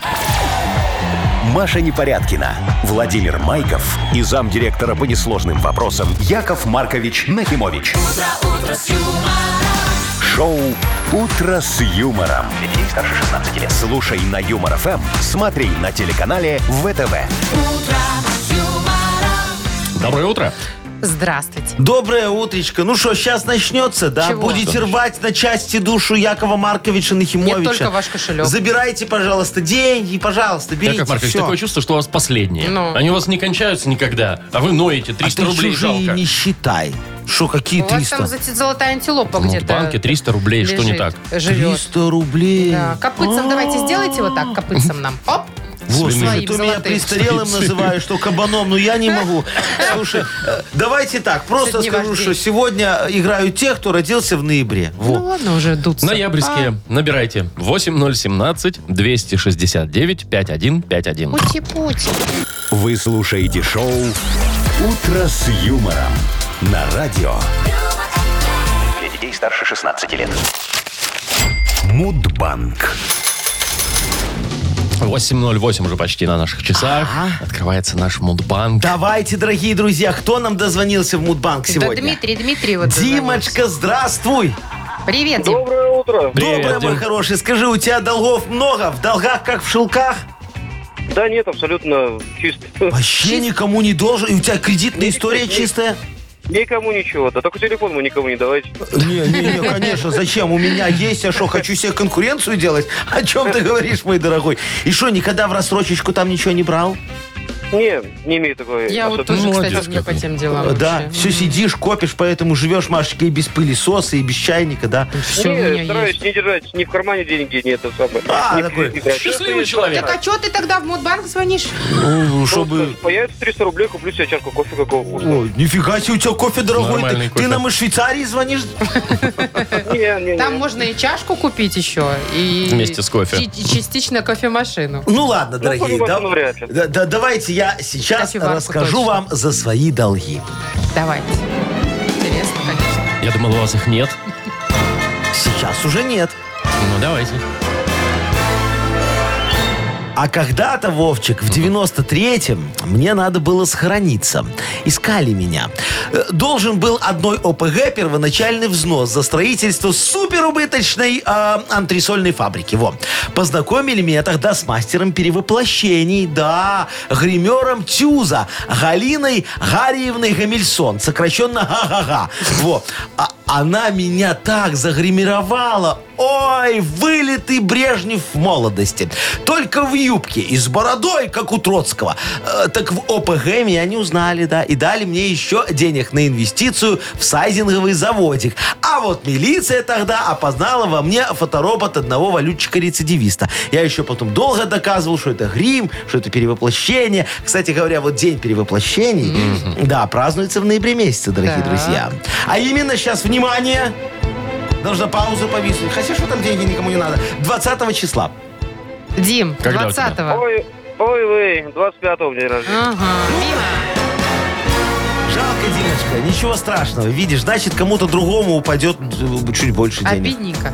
Speaker 1: Маша Непорядкина, Владимир Майков и замдиректора по несложным вопросам Яков Маркович Нахимович. Шоу Утро с юмором. Детей старше 16 лет. Слушай на юмор ФМ, смотри на телеканале ВТВ.
Speaker 4: Доброе утро.
Speaker 2: Здравствуйте.
Speaker 3: Доброе утречко. Ну что, сейчас начнется, да?
Speaker 2: Чего?
Speaker 3: Будете рвать на части душу Якова Марковича Нахимовича.
Speaker 2: Нет, только ваш кошелек.
Speaker 3: Забирайте, пожалуйста, деньги, пожалуйста, берите.
Speaker 4: Яков Маркович,
Speaker 3: всё.
Speaker 4: такое чувство, что у вас последние.
Speaker 2: Ну.
Speaker 4: Они у вас не кончаются никогда, а вы ноете.
Speaker 3: а
Speaker 4: 300
Speaker 3: ты
Speaker 4: рублей
Speaker 3: чужие
Speaker 4: жалко.
Speaker 3: не считай. Что, какие
Speaker 2: У вас там
Speaker 3: 300?
Speaker 2: за- золотая антилопа
Speaker 4: Ну,
Speaker 2: где-то.
Speaker 4: в банке 300 рублей, что не
Speaker 2: лежит,
Speaker 4: так?
Speaker 2: Живет.
Speaker 3: 300 рублей.
Speaker 2: Да. Копытцем давайте сделайте вот так, копытцем нам. Оп.
Speaker 3: Вот,
Speaker 4: Свиным.
Speaker 3: слушай, ты меня
Speaker 2: Золотым.
Speaker 3: престарелым называешь, что кабаном, но я не могу. Слушай, э, давайте так, просто
Speaker 2: Сегодня
Speaker 3: скажу,
Speaker 2: ваш день.
Speaker 3: что сегодня играю тех, кто родился в ноябре. Во.
Speaker 2: Ну ладно, уже дуться.
Speaker 4: Ноябрьские. Набирайте
Speaker 2: А,
Speaker 4: 8017-269-5151.
Speaker 2: Пути-пути.
Speaker 1: Вы слушаете шоу Утро с юмором на радио
Speaker 5: Для детей старше 16 лет.
Speaker 1: Мудбанк.
Speaker 4: 8.08 уже почти на наших часах. А? Открывается наш мудбанк.
Speaker 3: Давайте, дорогие друзья, кто нам дозвонился в Мудбанк
Speaker 2: Да,
Speaker 3: сегодня?
Speaker 2: Дмитрий, Дмитрий вот
Speaker 3: Димочка, здравствуй!
Speaker 2: дозвонился. Привет, Дим.
Speaker 7: Доброе утро.
Speaker 4: Привет,
Speaker 3: Доброе, мой
Speaker 4: Дим.
Speaker 3: хороший. Скажи, у тебя долгов много? В долгах, как в шелках?
Speaker 6: Да нет, абсолютно чисто.
Speaker 3: Вообще никому не должен. И у тебя кредитная история чистая?
Speaker 6: Никому ничего. Да только телефон мы никому не давайте.
Speaker 3: Не, не, не, конечно, зачем? У меня есть, я что, хочу себе конкуренцию делать? О чем ты говоришь, мой дорогой? И что, никогда в рассрочечку там ничего не брал?
Speaker 6: Не, не имею такой
Speaker 2: Я вот
Speaker 6: особенности.
Speaker 2: тоже,
Speaker 4: Молодец
Speaker 2: кстати, не по
Speaker 4: какой.
Speaker 2: тем делам.
Speaker 3: Э, да,
Speaker 2: вообще.
Speaker 3: все сидишь, копишь, поэтому живешь, Машечка, и без пылесоса, и без чайника, да?
Speaker 2: Всё у
Speaker 6: не,
Speaker 2: меня
Speaker 6: стараюсь
Speaker 2: есть.
Speaker 6: не держать ни в кармане деньги, ни это самое.
Speaker 3: А,
Speaker 6: Ни в
Speaker 3: такой
Speaker 6: кредит.
Speaker 4: Счастливый
Speaker 2: Так
Speaker 4: человек.
Speaker 2: а что ты тогда в Мудбанк звонишь?
Speaker 3: Ну,
Speaker 6: Просто Появится 300 рублей, куплю себе чашку кофе какого вкусного.
Speaker 3: Ой, нифига себе, у тебя кофе дорогой.
Speaker 4: Нормальный
Speaker 3: Ты,
Speaker 4: кофе.
Speaker 3: ты нам из Швейцарии звонишь?
Speaker 6: Не, не, Ну, не.
Speaker 2: Там можно и чашку купить еще. И
Speaker 4: Вместе с кофе.
Speaker 2: и- и частично кофемашину.
Speaker 3: Ну ладно, дорогие.
Speaker 6: по-моему, ну, вряд ли.
Speaker 3: да- да- давайте я сейчас
Speaker 2: Кофеварку
Speaker 3: расскажу
Speaker 2: точно.
Speaker 3: вам за свои долги.
Speaker 2: Давайте. Интересно, конечно.
Speaker 4: Я думал, у вас их нет.
Speaker 3: Сейчас уже нет.
Speaker 4: Ну, давайте.
Speaker 3: А когда-то, Вовчик, в 93-м мне надо было схорониться. Искали меня. Э, Должен был одной ОПГ первоначальный взнос за строительство суперубыточной э, антресольной фабрики. Во. Познакомили меня тогда с мастером перевоплощений, да, гримером Тюза, Галиной Гарьевной Гамильсон, сокращенно га-га-га. Во. А- она меня так загримировала. Ой, вылитый Брежнев в молодости. Только в юбке и с бородой, как у Троцкого. Э, так в ОПГ меня не узнали, да. И дали мне еще денег на инвестицию в сайзинговый заводик. А вот милиция тогда опознала во мне фоторобот одного валютчика-рецидивиста. Я еще потом долго доказывал, что это грим, что это перевоплощение. Кстати говоря, вот день перевоплощений, да, празднуется в ноябре месяце, дорогие
Speaker 2: Так.
Speaker 3: друзья. А именно сейчас, внимание, должна пауза повиснуть. Хотя что там деньги никому не надо. 20 числа.
Speaker 2: Дим,
Speaker 4: Когда у тебя?
Speaker 2: 20-го.
Speaker 6: Ой, ой, вы, 25-го день рождения.
Speaker 2: Ага, мимо.
Speaker 3: Жалко, Диночка, ничего страшного. Видишь, значит, кому-то другому упадет э, чуть больше денег.
Speaker 2: Обидненько.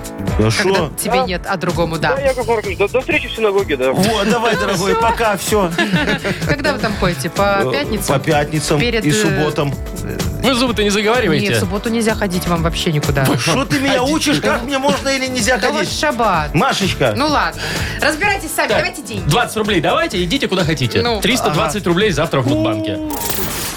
Speaker 2: Когда
Speaker 3: Ну что?
Speaker 2: тебе нет, а другому
Speaker 6: Да,
Speaker 2: да.
Speaker 6: Яков Маркович, до, до встречи в синагоге, да.
Speaker 3: Вот, давай, дорогой, пока, все.
Speaker 2: Когда вы там ходите? По
Speaker 3: Э, По
Speaker 2: пятницам?
Speaker 3: пятницам
Speaker 2: Перед,
Speaker 3: и
Speaker 2: э,
Speaker 3: субботам.
Speaker 4: Вы зубы-то не
Speaker 2: Нет, в
Speaker 4: заговариваете.
Speaker 2: субботу нельзя ходить вам вообще никуда.
Speaker 3: Что ты меня учишь, как мне можно или нельзя
Speaker 2: Да у вас
Speaker 3: ходить?
Speaker 2: шаббат.
Speaker 3: Машечка,
Speaker 2: Ну ладно. Разбирайтесь сами,
Speaker 4: Так,
Speaker 2: давайте деньги.
Speaker 4: 20 рублей давайте, идите куда хотите.
Speaker 2: Ну,
Speaker 4: 320 рублей завтра в Мудбанке.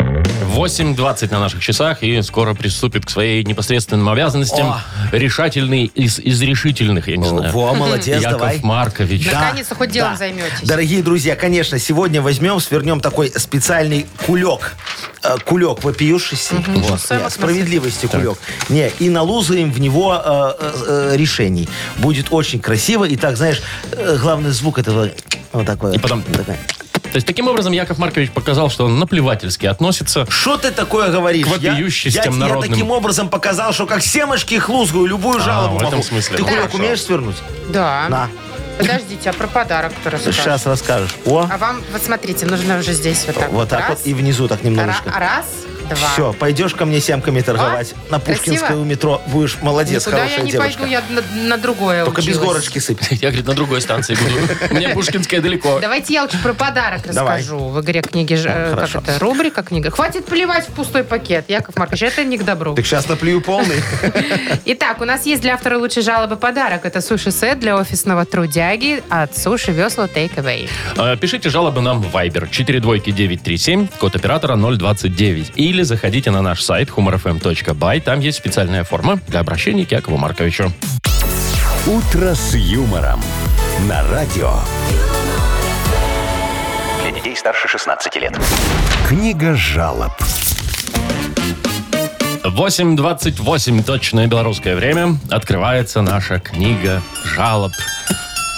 Speaker 4: 8.20 на наших часах и скоро приступит к своей непосредственным обязанностям.
Speaker 3: О.
Speaker 4: Решательный из, из решительных, я не знаю.
Speaker 3: Во, молодец,
Speaker 4: Яков
Speaker 3: давай.
Speaker 4: Маркович.
Speaker 3: Да,
Speaker 2: Наконец-то хоть делом
Speaker 3: да.
Speaker 2: займетесь.
Speaker 3: Дорогие друзья, конечно, сегодня возьмем, свернем такой специальный кулек. Э, Кулек вопиющийся. Вот.
Speaker 2: Самых
Speaker 3: Не, Справедливости кулек. Не, и налузаем в него э, э, э, решений. Будет очень красиво. И так, знаешь, э, главный звук этого вот такой.
Speaker 4: И потом- То есть таким образом Яков Маркович показал, что он наплевательски относится.
Speaker 3: Что ты такое говоришь?
Speaker 4: К вопиющестям
Speaker 3: я, я
Speaker 4: народным. А,
Speaker 3: таким образом показал, что как семышки их лузгаю, любую жалобу
Speaker 4: в этом
Speaker 3: могу.
Speaker 4: смысле.
Speaker 3: Ты кулек
Speaker 4: Хорошо.
Speaker 3: умеешь свернуть?
Speaker 2: Да.
Speaker 3: На.
Speaker 2: Подождите, а про подарок-то расскажешь.
Speaker 3: Сейчас расскажешь. О,
Speaker 2: А вам, вот смотрите, нужно уже здесь вот так
Speaker 3: вот так
Speaker 2: Раз,
Speaker 3: вот. И внизу так немножечко.
Speaker 2: ра- раз, два. А?
Speaker 3: Все, пойдешь ко мне семками торговать на Пушкинское
Speaker 2: Красиво?
Speaker 3: у метро. Будешь молодец,
Speaker 2: Никуда
Speaker 3: хорошая
Speaker 2: я не
Speaker 3: девочка.
Speaker 2: пойду, я на, на другое
Speaker 3: Только без
Speaker 2: училась.
Speaker 3: горочки сыпь.
Speaker 4: Я, говорит, на другой станции буду. Мне Пушкинская далеко.
Speaker 2: Давайте я лучше про подарок
Speaker 3: Давай.
Speaker 2: расскажу. В игре книги, ж- э, как
Speaker 3: Хорошо.
Speaker 2: это, рубрика книга. Хватит плевать в пустой пакет, Яков Маркович, это не к добру.
Speaker 3: Так сейчас наплюю полный.
Speaker 2: Итак, у нас есть для автора лучшей жалобы подарок. Это суши-сет для офисного трудяги от Суши Весла Take Away.
Speaker 4: Э, Пишите жалобы нам в Viber 42937, код оператора 029. Или заходите на наш сайт humorfm.by. Там есть специальная форма для обращения к Якову Марковичу.
Speaker 1: «Утро с юмором». На радио.
Speaker 5: Для детей старше 16 лет.
Speaker 1: Книга жалоб.
Speaker 4: 8.28, точное белорусское время, открывается наша книга жалоб.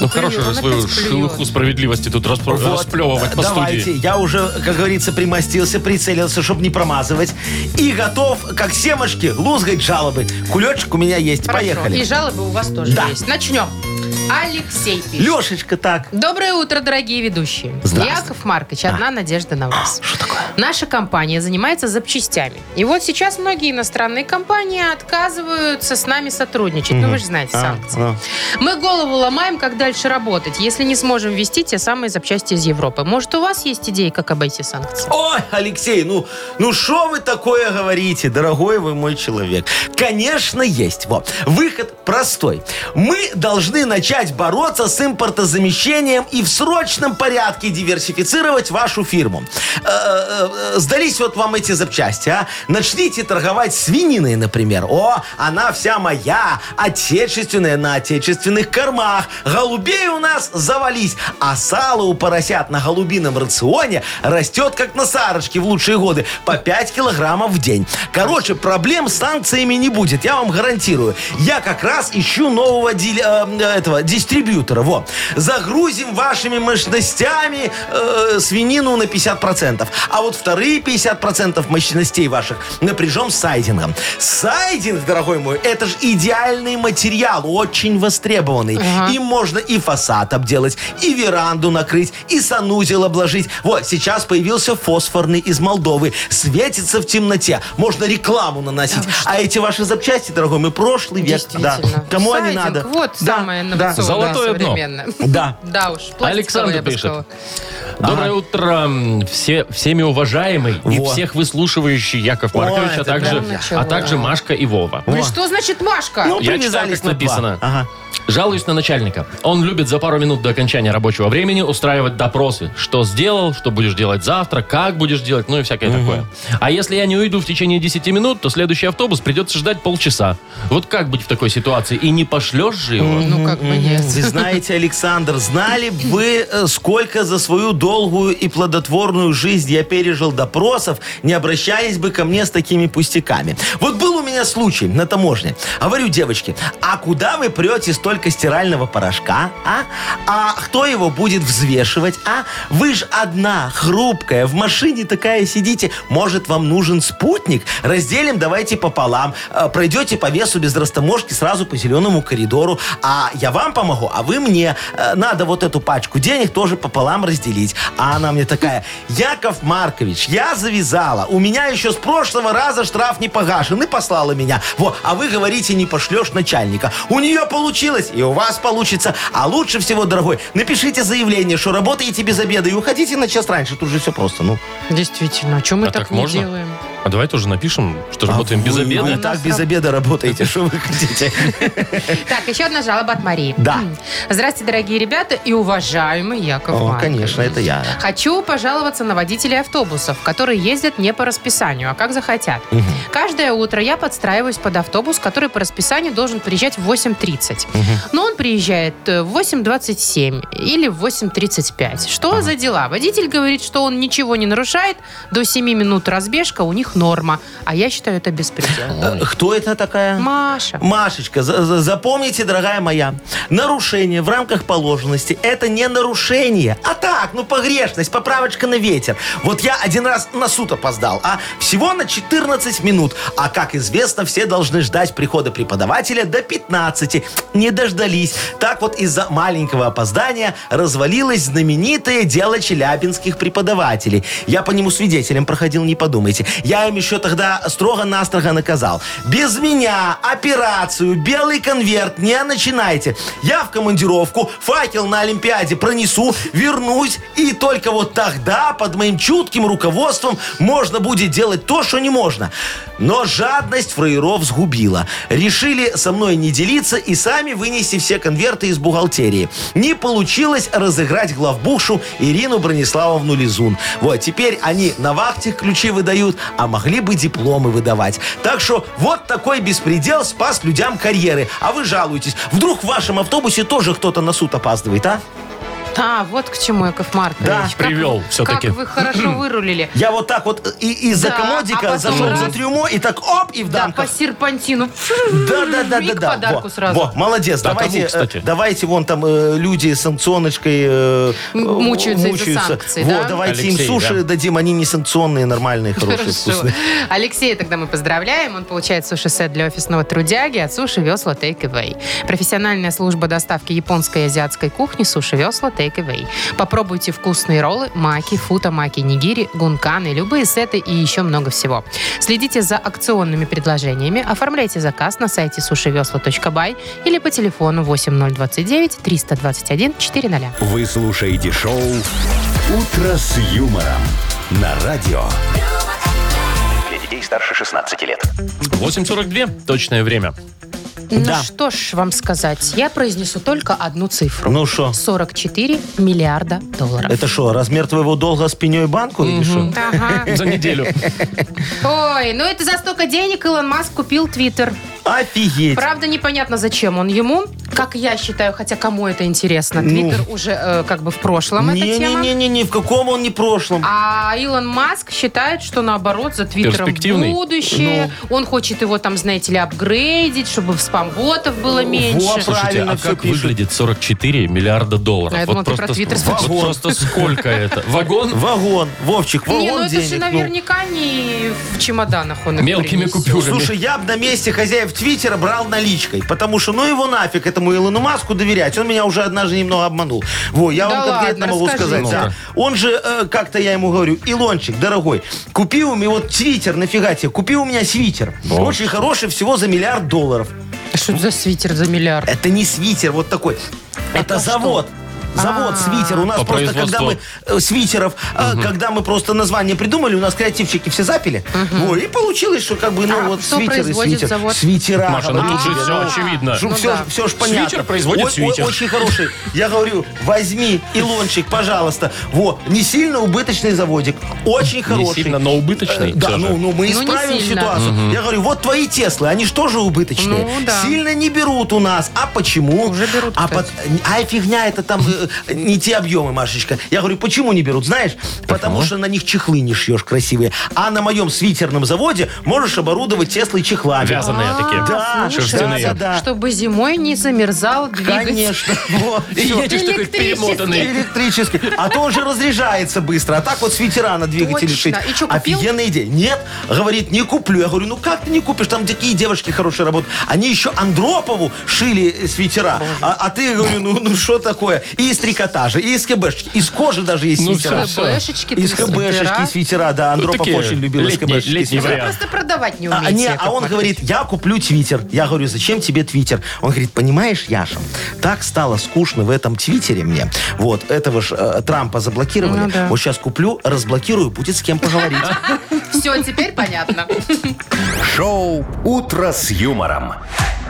Speaker 4: Ну, хорошо же
Speaker 2: он
Speaker 4: свою
Speaker 2: опять плюет.
Speaker 4: шелуху справедливости тут распро-
Speaker 3: Вот.
Speaker 4: расплевывать по
Speaker 3: Давайте.
Speaker 4: студии.
Speaker 3: Я уже, как говорится, примостился, прицелился, чтобы не промазывать. И готов, как семашки, лузгать жалобы. Кулечек у меня есть.
Speaker 2: И
Speaker 3: Поехали.
Speaker 2: жалобы у вас тоже
Speaker 3: Да.
Speaker 2: есть. Начнем. Алексей пишет.
Speaker 3: Лешечка так.
Speaker 2: Доброе утро, дорогие ведущие.
Speaker 3: Здравствуй.
Speaker 2: Яков Маркович,
Speaker 3: А.
Speaker 2: одна надежда на вас. Что такое? Наша компания занимается запчастями. И вот сейчас многие иностранные компании отказываются с нами сотрудничать. Ну, вы же знаете
Speaker 3: А,
Speaker 2: санкции.
Speaker 3: ну.
Speaker 2: Мы голову ломаем, как дальше работать, если не сможем вести те самые запчасти из Европы. Может, у вас есть идеи, как обойти санкции?
Speaker 3: Ой, Алексей, ну ну что вы такое говорите, дорогой вы мой человек? Конечно, есть. Вот. Выход простой. Мы должны начать бороться с импортозамещением и в срочном порядке диверсифицировать вашу фирму. Э, э, э, Сдались вот вам эти запчасти, а? Начните торговать свининой, например. О, она вся моя, а отечественная на отечественных кормах. Голубей у нас завались, а сало у поросят на голубином рационе растет, как на сарочке в лучшие годы, по 5 килограммов в день. Короче, проблем с санкциями не будет, я вам гарантирую. Я как раз ищу нового диле- э, этого, дистрибьютора. Во. Загрузим вашими мощностями э, свинину на 50%. А вот вторые 50% мощностей ваших напряжем сайдингом. Сайдинг, дорогой мой, это же идеальный материал, очень востребованный. Им можно и фасад обделать, и веранду накрыть, и санузел обложить. Вот, сейчас появился фосфорный из Молдовы. Светится в темноте. Можно рекламу наносить. а эти ваши запчасти, дорогой мой, прошлый век. Да.
Speaker 2: Действительно.
Speaker 3: Кому они
Speaker 2: Сайдинг,
Speaker 3: надо?
Speaker 2: Вот
Speaker 3: Да,
Speaker 2: самое
Speaker 3: да.
Speaker 2: инновационное,
Speaker 4: Золотое дно.
Speaker 2: современное.
Speaker 3: Да.
Speaker 2: Да уж, пластиковое,
Speaker 4: Александр
Speaker 2: я бы
Speaker 4: пишет.
Speaker 2: сказала.
Speaker 4: Доброе утро, м, все, всеми уважаемый и
Speaker 3: Во.
Speaker 4: всех выслушивающий Яков
Speaker 3: О,
Speaker 4: Маркович, а
Speaker 3: это
Speaker 4: также,
Speaker 2: прям начало.
Speaker 4: а также Машка и Вова.
Speaker 2: Ну и что значит Машка?
Speaker 3: Ну,
Speaker 4: А, Я читаю,
Speaker 3: привязались
Speaker 4: как
Speaker 3: на два.
Speaker 4: написано.
Speaker 3: Ага.
Speaker 4: Жалуюсь на начальника. Он любит за пару минут до окончания рабочего времени устраивать допросы. Что сделал, что будешь делать завтра, как будешь делать, ну и всякое такое. А если я не уйду в течение 10 минут, то следующий автобус придется ждать полчаса. Вот как быть в такой ситуации? И не пошлешь же его?
Speaker 2: ну как бы
Speaker 3: Вы
Speaker 2: нет.
Speaker 3: знаете, Александр, знали бы вы, э, сколько за свою долгую и плодотворную жизнь я пережил допросов, не обращались бы ко мне с такими пустяками. Вот был у меня случай на таможне. Говорю, девочки, а куда вы прете столько стирального порошка, а? А кто его будет взвешивать, а? Вы ж одна, хрупкая, в машине такая сидите. Может, вам нужен спутник? Разделим давайте пополам. Э, Пройдете по весу без растаможки сразу по зеленому коридору. А я вам помогу, а вы мне. Э, Надо вот эту пачку денег тоже пополам разделить. А она мне такая, Яков Маркович, я завязала. У меня еще с прошлого раза штраф не погашен. И послала меня. Во, а вы говорите, не пошлешь начальника. У нее получилось, и у вас получится. А лучше всего, дорогой, напишите заявление, что работаете без обеда и уходите на час раньше. Тут же все просто, ну.
Speaker 2: Действительно, а что мы
Speaker 4: А
Speaker 2: так
Speaker 4: так
Speaker 2: не
Speaker 4: можно?
Speaker 2: делаем?
Speaker 4: А давай тоже напишем, что работаем
Speaker 3: А
Speaker 4: без
Speaker 3: вы-
Speaker 4: обеда.
Speaker 3: Вы так без обеда работаете, что вы хотите.
Speaker 2: Так, еще одна жалоба от Марии.
Speaker 3: Да.
Speaker 2: Здравствуйте, дорогие ребята и уважаемый Яков
Speaker 3: О,
Speaker 2: Маркович.
Speaker 3: конечно, это я.
Speaker 2: Хочу пожаловаться на водителей автобусов, которые ездят не по расписанию, а как захотят. Каждое утро я подстраиваюсь под автобус, который по расписанию должен приезжать в 8.30. Но он приезжает э, в 8.27 или в 8.35. Что за дела? Водитель говорит, что он ничего не нарушает, до 7 минут разбежка у них норма. А я считаю это беспредел.
Speaker 3: Э, Кто это такая?
Speaker 2: Маша.
Speaker 3: Машечка, за- за- запомните, дорогая моя, нарушение в рамках положенности – это не нарушение, а так, ну, погрешность, поправочка на ветер. Вот я один раз на суд опоздал, а всего на 14 минут. А, как известно, все должны ждать прихода преподавателя до 15. Не дождались. Так вот из-за маленького опоздания развалилось знаменитое дело челябинских преподавателей. Я по нему свидетелем проходил, не подумайте. Я им еще тогда строго-настрого наказал. Без меня операцию «Белый конверт» не начинайте. Я в командировку, факел на Олимпиаде пронесу, вернусь, и только вот тогда под моим чутким руководством можно будет делать то, что не можно. Но жадность фраеров сгубила. Решили со мной не делиться и сами вынести все конверты из бухгалтерии. Не получилось разыграть главбухшу Ирину Брониславовну Лизун. Вот, теперь они на вахте ключи выдают, а могли бы дипломы выдавать. Так что вот такой беспредел спас людям карьеры. А вы жалуетесь. Вдруг в вашем автобусе тоже кто-то на суд опаздывает, а?
Speaker 2: А, вот к чему Яков Маркович.
Speaker 3: Да,
Speaker 2: Как
Speaker 4: привел
Speaker 2: вы-
Speaker 4: всё-таки.
Speaker 2: Как вы хорошо вырулили.
Speaker 3: Я вот так вот э, и- из-за
Speaker 2: Да, а
Speaker 3: комодика
Speaker 2: потом
Speaker 3: зашел
Speaker 2: раз.
Speaker 3: за трюмо и так оп, и в
Speaker 2: Да, по
Speaker 3: дамках.
Speaker 2: серпантину.
Speaker 3: Да, да, да, да,
Speaker 2: И к
Speaker 3: да.
Speaker 2: подарку
Speaker 3: Во,
Speaker 2: сразу.
Speaker 3: во, молодец.
Speaker 4: А
Speaker 3: давайте,
Speaker 4: кому,
Speaker 3: э,
Speaker 4: кстати?
Speaker 3: давайте вон там э, люди с санкционочкой э,
Speaker 2: М- мучаются из-за санкций,
Speaker 3: Во,
Speaker 2: да?
Speaker 3: давайте
Speaker 4: Алексей,
Speaker 3: им суши
Speaker 4: да.
Speaker 3: дадим, они не санкционные, нормальные, хорошие,
Speaker 2: Хорошо.
Speaker 3: вкусные.
Speaker 2: Алексея тогда мы поздравляем. Он получает суши-сет для офисного трудяги от Суши Весла Take Away. Профессиональная служба доставки японской и азиатской кухни Суши Весла Take Away. Попробуйте вкусные роллы, маки, фута, маки, нигири, гунканы, любые сеты и еще много всего. Следите за акционными предложениями, оформляйте заказ на сайте сушивесла.бай или по телефону 8029 321 400.
Speaker 1: Вы слушаете шоу «Утро с юмором» на радио.
Speaker 5: Для детей старше 16 лет.
Speaker 4: 8.42, точное время.
Speaker 2: Ну
Speaker 3: Да.
Speaker 2: что ж вам сказать, я произнесу только одну цифру.
Speaker 3: Ну что,
Speaker 2: 44 миллиарда долларов.
Speaker 3: это что, размер твоего долга с пеней банку или что?
Speaker 2: Ага.
Speaker 4: За неделю.
Speaker 2: Ой, ну это за столько денег Илон Маск купил Твиттер.
Speaker 3: Офигеть.
Speaker 2: Правда, непонятно зачем он ему. Как я считаю, хотя кому это интересно, Твиттер уже э, как бы в прошлом эта тема.
Speaker 3: Не-не-не, не в каком он не прошлом.
Speaker 2: А Илон Маск считает, что наоборот за Твиттером
Speaker 4: Перспективный.
Speaker 2: будущее. Он хочет его там, знаете ли, апгрейдить, чтобы в спам-ботов было меньше.
Speaker 3: правильно.
Speaker 4: Слушайте, а
Speaker 3: всё
Speaker 4: как
Speaker 3: пишет.
Speaker 4: выглядит 44 миллиарда долларов?
Speaker 2: А я думала, ты про Твиттер
Speaker 4: вот
Speaker 2: спросил.
Speaker 3: Вагон.
Speaker 4: просто сколько это? Вагон
Speaker 3: Вагон, Вовчик, вагон
Speaker 2: не, ну это
Speaker 3: денег.
Speaker 2: же
Speaker 3: ну.
Speaker 2: наверняка не в чемоданах он их
Speaker 4: мелкими
Speaker 2: принесет.
Speaker 4: купюрами.
Speaker 3: Слушай, я бы на месте хозяев Твиттера брал наличкой, потому что ну его нафиг этому Илону Маску доверять. Он меня уже однажды немного обманул. Во, я
Speaker 2: Да
Speaker 3: вам конкретно
Speaker 2: ладно,
Speaker 3: могу
Speaker 2: расскажи.
Speaker 3: сказать. да.
Speaker 4: Ну-ка.
Speaker 3: Он же, э, как-то я ему говорю, Илончик, дорогой, купи у меня вот Твиттер, нафига тебе, купи у меня свитер. Очень хороший, всего за миллиард долларов.
Speaker 2: Что это за свитер за миллиард?
Speaker 3: Это не свитер вот такой.
Speaker 2: то
Speaker 3: Это
Speaker 2: что? А.
Speaker 3: завод. Завод, свитер. У нас
Speaker 4: По
Speaker 3: просто, когда мы э, свитеров, э, когда мы просто название придумали, у нас креативщики все запили. Во, и получилось, что как бы, ну,
Speaker 2: А
Speaker 3: вот
Speaker 2: что
Speaker 3: свитер и
Speaker 2: производит
Speaker 3: свитер.
Speaker 2: завод?
Speaker 3: Свитера.
Speaker 4: Маша, ну
Speaker 3: говорю
Speaker 4: тут же
Speaker 3: тебе,
Speaker 4: все
Speaker 3: ну.
Speaker 4: очевидно.
Speaker 3: Жу-
Speaker 2: Ну
Speaker 3: все,
Speaker 2: да.
Speaker 3: все ж понятно.
Speaker 4: Свитер производит свитер.
Speaker 3: очень хороший. Я говорю, возьми, Илончик, пожалуйста. Во, не сильно убыточный заводик. Очень хороший.
Speaker 4: сильно, но убыточный
Speaker 3: Э, Да,
Speaker 4: всё же.
Speaker 3: ну, ну мы
Speaker 2: Ну, не
Speaker 3: исправим
Speaker 2: сильно.
Speaker 3: ситуацию. Я говорю, вот твои Теслы, они же тоже убыточные.
Speaker 2: Ну, да.
Speaker 3: Сильно не берут у нас. А почему?
Speaker 2: Уже берут,
Speaker 3: А,
Speaker 2: кстати.
Speaker 3: пот- а фигня, это там э, не те объемы, Машечка. Я говорю, почему не берут, знаешь? Потому что на них чехлы не шьешь красивые. А на моем свитерном заводе можешь оборудовать Теслы чехлами.
Speaker 4: Вязаные
Speaker 2: А,
Speaker 4: такие.
Speaker 3: Да,
Speaker 4: шерстяные.
Speaker 3: да, да.
Speaker 2: Чтобы зимой не замерзал двигатель.
Speaker 3: Конечно. вот,
Speaker 4: И
Speaker 3: всё.
Speaker 4: едешь такой
Speaker 2: Электрический.
Speaker 4: перемотанный.
Speaker 3: Электрический. А то он же разряжается быстро. А так вот с ветерана двигатель
Speaker 2: Точно.
Speaker 3: шить.
Speaker 2: И чё, купил?
Speaker 3: Офигенная идея. Нет, говорит, не куплю. Я говорю, ну как ты не купишь? Там такие девушки хорошие работают. Они еще Андропову шили свитера. А, а ты, говорю, ну ну что такое? И из трикотажа, и из КБшечки, из кожи даже есть
Speaker 4: Ну,
Speaker 3: свитера.
Speaker 4: всё.
Speaker 2: КБшечки,
Speaker 3: Из
Speaker 2: там
Speaker 3: КБшечки,
Speaker 2: свитера.
Speaker 3: свитера, да. Андропов
Speaker 4: такие
Speaker 3: очень любил из
Speaker 4: летние-
Speaker 3: КБшечки
Speaker 4: летние
Speaker 3: свитера.
Speaker 2: Вы просто продавать не
Speaker 3: А,
Speaker 2: умеете.
Speaker 3: не,
Speaker 2: Яков
Speaker 3: а он
Speaker 2: Маркович.
Speaker 3: говорит, я куплю твиттер. Я говорю, зачем тебе твиттер? Он говорит, понимаешь, Яша, так стало скучно в этом твиттере мне. Вот, этого же э, Трампа заблокировали.
Speaker 2: Ну да.
Speaker 3: Вот сейчас куплю, разблокирую, будет с кем поговорить.
Speaker 2: Все, теперь понятно.
Speaker 1: Шоу «Утро с юмором».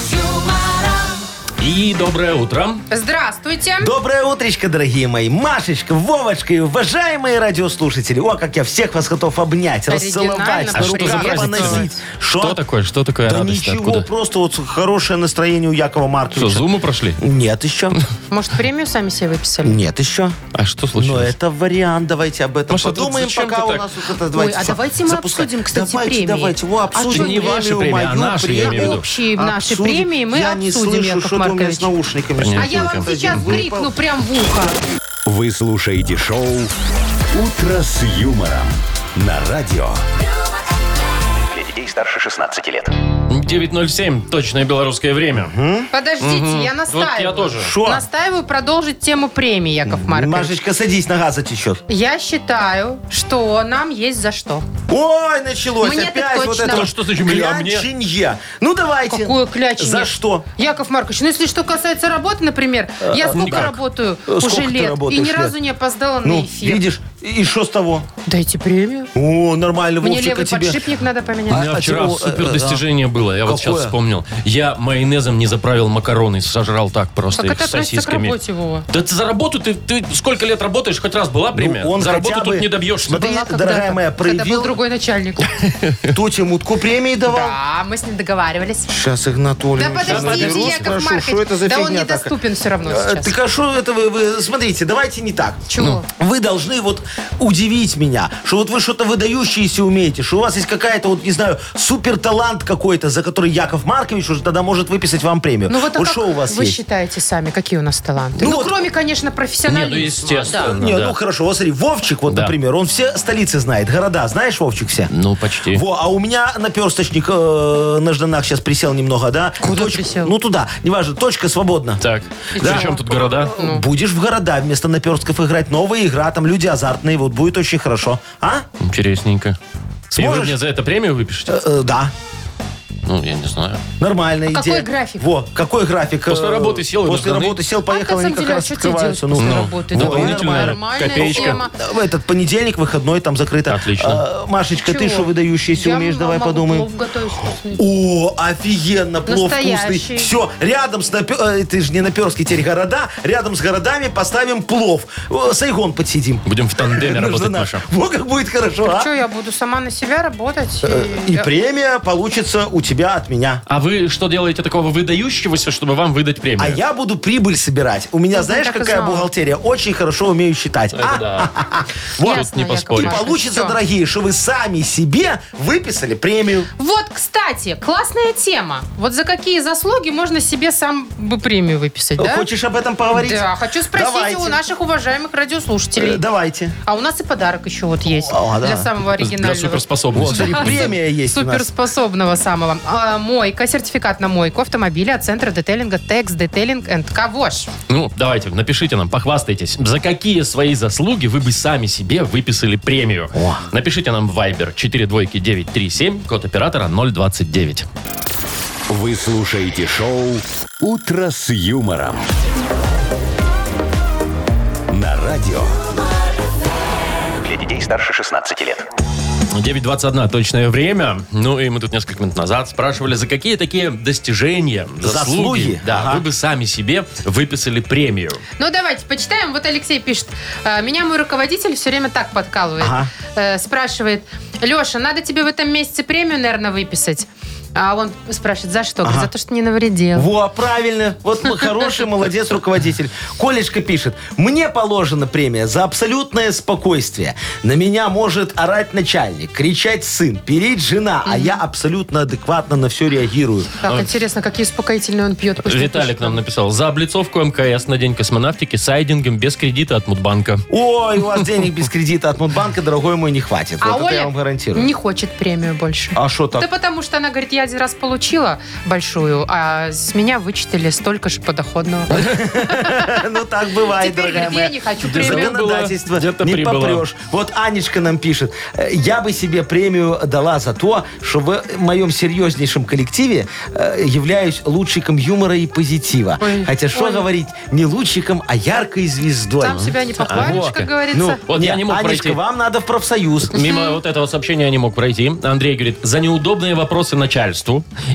Speaker 4: И доброе утро.
Speaker 2: Здравствуйте.
Speaker 3: Доброе утречко, дорогие мои. Машечка, Вовочка и уважаемые радиослушатели. О, как я всех вас готов обнять,
Speaker 2: Оригинально,
Speaker 3: расцеловать,
Speaker 4: А что за
Speaker 3: снаружи
Speaker 4: праздник
Speaker 3: поносить.
Speaker 4: праздновать?
Speaker 3: Что?
Speaker 4: Что такое? Что такое
Speaker 3: Да
Speaker 4: радость?
Speaker 3: ничего,
Speaker 4: Откуда?
Speaker 3: просто вот хорошее настроение у Якова
Speaker 4: Что,
Speaker 3: Марковича.
Speaker 4: зумы прошли?
Speaker 3: Нет еще.
Speaker 2: Может, премию сами себе выписали?
Speaker 3: Нет еще.
Speaker 4: А что
Speaker 3: Но
Speaker 4: случилось?
Speaker 3: это вариант, давайте об этом
Speaker 4: Маша, ты
Speaker 3: подумаем,
Speaker 4: зачем
Speaker 3: пока
Speaker 4: ты
Speaker 3: у
Speaker 4: так?
Speaker 3: нас вот это
Speaker 2: Ой,
Speaker 3: давайте.
Speaker 2: а
Speaker 3: всё,
Speaker 2: давайте мы
Speaker 3: запускай.
Speaker 2: обсудим, кстати,
Speaker 3: давайте,
Speaker 2: премии.
Speaker 3: Давайте, во,
Speaker 2: А
Speaker 3: обсудим
Speaker 2: что
Speaker 4: Не ваши
Speaker 3: премию,
Speaker 4: премии, а
Speaker 3: мою
Speaker 4: наши, я имею в
Speaker 3: премию.
Speaker 4: виду.
Speaker 2: Общие наши премии мы
Speaker 3: я не
Speaker 2: обсудим,
Speaker 3: слышу,
Speaker 2: Яков
Speaker 3: что-то у меня
Speaker 2: Маркович.
Speaker 3: с наушниками.
Speaker 2: А я вам сейчас
Speaker 3: Выпал.
Speaker 2: крикну прям в ухо.
Speaker 1: Вы слушаете шоу «Утро с юмором» на радио.
Speaker 5: Для детей старше 16 лет.
Speaker 4: 9.07, точное белорусское время.
Speaker 2: Подождите, я настаиваю.
Speaker 4: Вот я тоже.
Speaker 3: Шо?
Speaker 2: Настаиваю продолжить тему премии, Яков Маркович.
Speaker 3: Машечка, садись, нога затечет.
Speaker 2: Я считаю, что нам есть за что.
Speaker 3: Ой, началось
Speaker 2: Мне-то
Speaker 3: опять вот
Speaker 2: точно.
Speaker 3: это.
Speaker 2: Ну
Speaker 4: что значит мне, а мне?
Speaker 3: кляченье. Ну давайте.
Speaker 2: Какое клячение.
Speaker 3: За что? А,
Speaker 2: Яков Маркович, ну если что касается работы, например, я сколько
Speaker 4: никак.
Speaker 2: работаю
Speaker 3: Э, сколько
Speaker 2: уже
Speaker 3: ты
Speaker 2: лет и
Speaker 3: работаешь
Speaker 2: ни разу
Speaker 3: лет?
Speaker 2: не опоздала
Speaker 3: Ну,
Speaker 2: на эфир.
Speaker 3: видишь, и что с того?
Speaker 2: Дайте премию.
Speaker 3: О, нормально,
Speaker 2: Мне
Speaker 3: Вовчик, а
Speaker 2: левый
Speaker 3: тебе?
Speaker 2: подшипник надо
Speaker 4: У
Speaker 2: поменять.
Speaker 4: меня
Speaker 3: А
Speaker 4: вчера
Speaker 3: чего, э,
Speaker 4: супер
Speaker 3: э,
Speaker 4: достижение было, я вот сейчас
Speaker 3: Какое?
Speaker 4: вспомнил. Я майонезом не заправил макароны, сожрал так просто
Speaker 2: Как
Speaker 4: их
Speaker 2: это
Speaker 4: с
Speaker 2: относится к
Speaker 4: сосисками.
Speaker 2: работе, Вова?
Speaker 4: Да ты за работу, ты, ты сколько лет работаешь, хоть раз была премия?
Speaker 3: Ну, он
Speaker 4: за работу
Speaker 3: хотя бы-
Speaker 4: тут не добьешься.
Speaker 3: Смотри,
Speaker 2: Была
Speaker 3: дорогая
Speaker 2: когда-то,
Speaker 3: моя,
Speaker 2: Когда был
Speaker 3: проявил-
Speaker 2: другой начальник.
Speaker 3: Тот ему мутку премии давал?
Speaker 2: Да, мы с ним договаривались.
Speaker 3: Сейчас Игнатолий.
Speaker 2: Да подождите, Яков Маркович. Да он недоступен все равно
Speaker 3: Так
Speaker 2: сейчас.
Speaker 3: а что это вы, вы- Смотрите, давайте не так.
Speaker 2: Чего?
Speaker 3: Вы должны вот удивить меня, что вот вы что-то выдающееся умеете, что у вас есть какая-то, вот не знаю, супер талант какой-то, за который Яков Маркович уже тогда может выписать вам премию.
Speaker 2: Ну вот а
Speaker 3: вот
Speaker 2: как
Speaker 3: что у вас
Speaker 2: вы
Speaker 3: есть?
Speaker 2: считаете сами, какие у нас таланты?
Speaker 3: Ну
Speaker 2: Ну,
Speaker 3: вот-
Speaker 2: кроме, конечно,
Speaker 4: Не, ну
Speaker 2: профессионализма.
Speaker 4: естественно.
Speaker 3: Не,
Speaker 4: да.
Speaker 3: ну хорошо, вот смотри, Вовчик, вот,
Speaker 4: Да.
Speaker 3: например, он все столицы знает, города, знаешь, Вовчик, все?
Speaker 4: Ну, почти.
Speaker 3: Во, а у меня наперсточник э, на жданах сейчас присел немного, да?
Speaker 2: Куда
Speaker 3: Точка-
Speaker 2: присел?
Speaker 3: Ну туда, неважно, точка свободна.
Speaker 4: Так, причем тут города?
Speaker 2: Ну.
Speaker 3: Будешь в города вместо наперстков играть. Новая игра, там люди азартные, вот будет очень хорошо. А?
Speaker 4: Интересненько. И вы
Speaker 3: Сможешь?
Speaker 4: мне за это премию выпишете?
Speaker 3: Э, э, да.
Speaker 4: Ну, я не знаю.
Speaker 3: Нормальная идея.
Speaker 2: А какой график?
Speaker 3: Во, какой график?
Speaker 4: После
Speaker 3: Э,
Speaker 4: работы сел и
Speaker 3: После
Speaker 4: на штаны.
Speaker 3: работы сел,
Speaker 2: А
Speaker 3: поехал,
Speaker 2: на
Speaker 3: они
Speaker 2: самом
Speaker 3: как
Speaker 2: деле, а
Speaker 3: раз
Speaker 2: что тебе делать
Speaker 3: открываются.
Speaker 2: после
Speaker 3: Ну,
Speaker 2: работы?
Speaker 3: ну,
Speaker 2: Да,
Speaker 3: дополнительная
Speaker 2: нормальная
Speaker 4: копеечка.
Speaker 2: тема.
Speaker 3: в этот понедельник выходной, там закрыто.
Speaker 4: Отлично.
Speaker 3: А, Машечка, ты
Speaker 2: Чего?
Speaker 3: что выдающееся
Speaker 2: Я
Speaker 3: умеешь?
Speaker 2: м-
Speaker 3: Давай
Speaker 2: могу
Speaker 3: подумаем.
Speaker 2: плов готовить вкусный.
Speaker 3: О, офигенно, плов
Speaker 2: Настоящий.
Speaker 3: вкусный. Все, рядом с напе- э, ты же не наперский теперь города, рядом с городами поставим плов. О, Сайгон подсидим.
Speaker 4: Будем в тандеме
Speaker 3: Нужна
Speaker 4: работать,
Speaker 3: на-
Speaker 4: Маша.
Speaker 3: Во как будет хорошо, а?
Speaker 2: Что, я буду сама на себя работать?
Speaker 3: Э, И
Speaker 2: Я-
Speaker 3: премия получится у тебя от меня.
Speaker 4: А вы что делаете такого выдающегося, чтобы вам выдать премию?
Speaker 3: А я буду прибыль собирать. У меня,
Speaker 2: Ну,
Speaker 3: знаешь,
Speaker 2: так и
Speaker 3: какая
Speaker 2: знала.
Speaker 3: бухгалтерия? Очень хорошо умею считать.
Speaker 4: Это
Speaker 3: А?
Speaker 4: да.
Speaker 3: Вот.
Speaker 2: Ясно,
Speaker 4: не
Speaker 2: Яков
Speaker 4: поспоришь.
Speaker 3: И
Speaker 2: Маркович,
Speaker 3: получится,
Speaker 2: всё.
Speaker 3: дорогие, что вы сами себе выписали премию.
Speaker 2: Вот, кстати, классная тема. Вот за какие заслуги можно себе сам бы премию выписать, да?
Speaker 3: Э, Хочешь об этом поговорить?
Speaker 2: Да, хочу спросить
Speaker 3: Давайте.
Speaker 2: у наших уважаемых
Speaker 3: Э,
Speaker 2: радиослушателей.
Speaker 3: Давайте.
Speaker 2: А у нас и подарок еще вот есть
Speaker 3: О, да.
Speaker 2: для самого оригинального.
Speaker 4: Для суперспособности.
Speaker 3: Вот, и премия есть у нас.
Speaker 2: Суперспособного самого. А, мойка, сертификат на мойку автомобиля от центра детейлинга Текс Детейлинг энд Кавош.
Speaker 4: Ну, давайте, напишите нам, похвастайтесь. За какие свои заслуги вы бы сами себе выписали премию? Напишите нам в Viber 42937, код оператора 029.
Speaker 1: Вы слушаете шоу «Утро с юмором». На радио.
Speaker 5: Для детей старше 16 лет.
Speaker 4: 9.21 точное время. Ну и мы тут несколько минут назад спрашивали, за какие такие достижения, заслуги,
Speaker 3: Заслуги?
Speaker 4: да,
Speaker 3: Ага.
Speaker 4: вы бы сами себе выписали премию.
Speaker 2: Ну, давайте почитаем. Вот Алексей пишет. «Э, Меня мой руководитель все время так подкалывает.
Speaker 3: Ага.
Speaker 2: Э, Спрашивает, Леша, надо тебе в этом месяце премию, наверное, выписать. А он спрашивает, за что? Говорит, за то, что не навредил.
Speaker 3: Во, правильно. Вот мы хороший, молодец руководитель. Колечка пишет. Мне положена премия за абсолютное спокойствие. На меня может орать начальник, кричать сын, переть жена, а я абсолютно адекватно на все реагирую.
Speaker 2: Так, интересно, какие успокоительные он пьет. Пусть
Speaker 4: А Виталик
Speaker 2: напишет
Speaker 4: нам написал. За облицовку МКС на День космонавтики с сайдингом без кредита от Мудбанка.
Speaker 3: Ой, у вас денег без кредита от Мудбанка, дорогой мой, не хватит.
Speaker 2: А
Speaker 3: вот это я
Speaker 2: Оля
Speaker 3: вам гарантирую.
Speaker 2: не хочет премию больше.
Speaker 3: А что
Speaker 2: Да
Speaker 3: так?
Speaker 2: потому что она говорит, я один раз получила большую, а с меня вычитали столько же подоходного.
Speaker 3: Ну так бывает,
Speaker 2: Теперь
Speaker 3: дорогая
Speaker 2: говорит,
Speaker 3: моя.
Speaker 2: я не хочу
Speaker 4: Да
Speaker 2: премию.
Speaker 4: забыл.
Speaker 3: законодательство
Speaker 4: Где-то
Speaker 3: не
Speaker 4: прибыло.
Speaker 3: попрешь. Вот Анечка нам пишет. «Э, Я бы себе премию дала за то, что в моем серьезнейшем коллективе э, являюсь лучником юмора и позитива.
Speaker 2: Ой,
Speaker 3: Хотя что
Speaker 2: Оля.
Speaker 3: говорить, не лучником, а яркой звездой.
Speaker 2: Сам себя не похвалишь,
Speaker 4: вот.
Speaker 2: как говорится.
Speaker 3: Ну,
Speaker 4: Вот я не мог
Speaker 3: Анечка,
Speaker 4: пройти.
Speaker 3: вам надо в профсоюз.
Speaker 4: Мимо вот этого сообщения я не мог пройти. Андрей говорит, за неудобные вопросы начальству.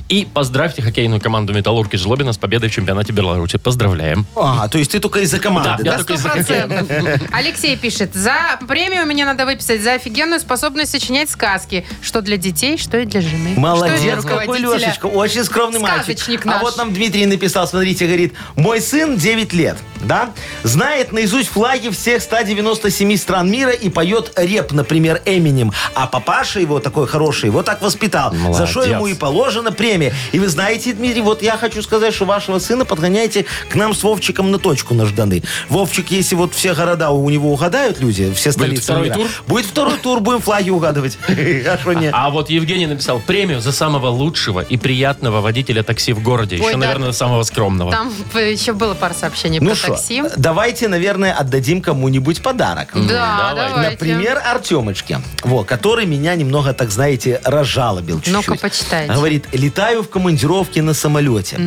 Speaker 4: И поздравьте хоккейную команду «Металлурги» Жлобина с победой в чемпионате Беларуси. Поздравляем.
Speaker 3: А, то есть ты только из-за команды,
Speaker 4: Да, я
Speaker 3: да?
Speaker 2: На сто процентов. Алексей пишет, за премию мне надо выписать за офигенную способность сочинять сказки. Что для детей, что и для жены. что и для
Speaker 3: Молодец, какой
Speaker 2: руководителя.
Speaker 3: Лешечка, очень скромный
Speaker 2: Сказочник
Speaker 3: мальчик.
Speaker 2: наш.
Speaker 3: А вот нам Дмитрий написал, смотрите, говорит, мой сын 9 лет, да, знает наизусть флаги всех 197 стран мира и поет реп, например, Эминем. А папаша его такой хороший, вот так воспитал, за что
Speaker 4: Молодец.
Speaker 3: ему и положена премия. И вы знаете, Дмитрий, вот я хочу сказать, что вашего сына подгоняйте к нам с Вовчиком на точку нажданы. Вовчик, если вот все города у него угадают люди, все столицы
Speaker 4: второй
Speaker 3: мира,
Speaker 4: тур?
Speaker 3: будет второй тур, будем флаги угадывать. А что нет?
Speaker 4: А вот Евгений написал премию за самого лучшего и приятного водителя такси в городе. Еще,
Speaker 2: Ой, да.
Speaker 4: наверное, самого скромного.
Speaker 2: Там э, еще было пара сообщений
Speaker 3: Ну
Speaker 2: про
Speaker 3: что,
Speaker 2: такси.
Speaker 3: давайте, наверное, отдадим кому-нибудь подарок.
Speaker 2: Да,
Speaker 4: давай.
Speaker 2: давайте.
Speaker 3: Например, Артемочке, во, который меня немного, так знаете, разжалобил чуть-чуть. А
Speaker 2: Ну-ка, почитайте.
Speaker 3: Говорит, летаю в командировке на самолете.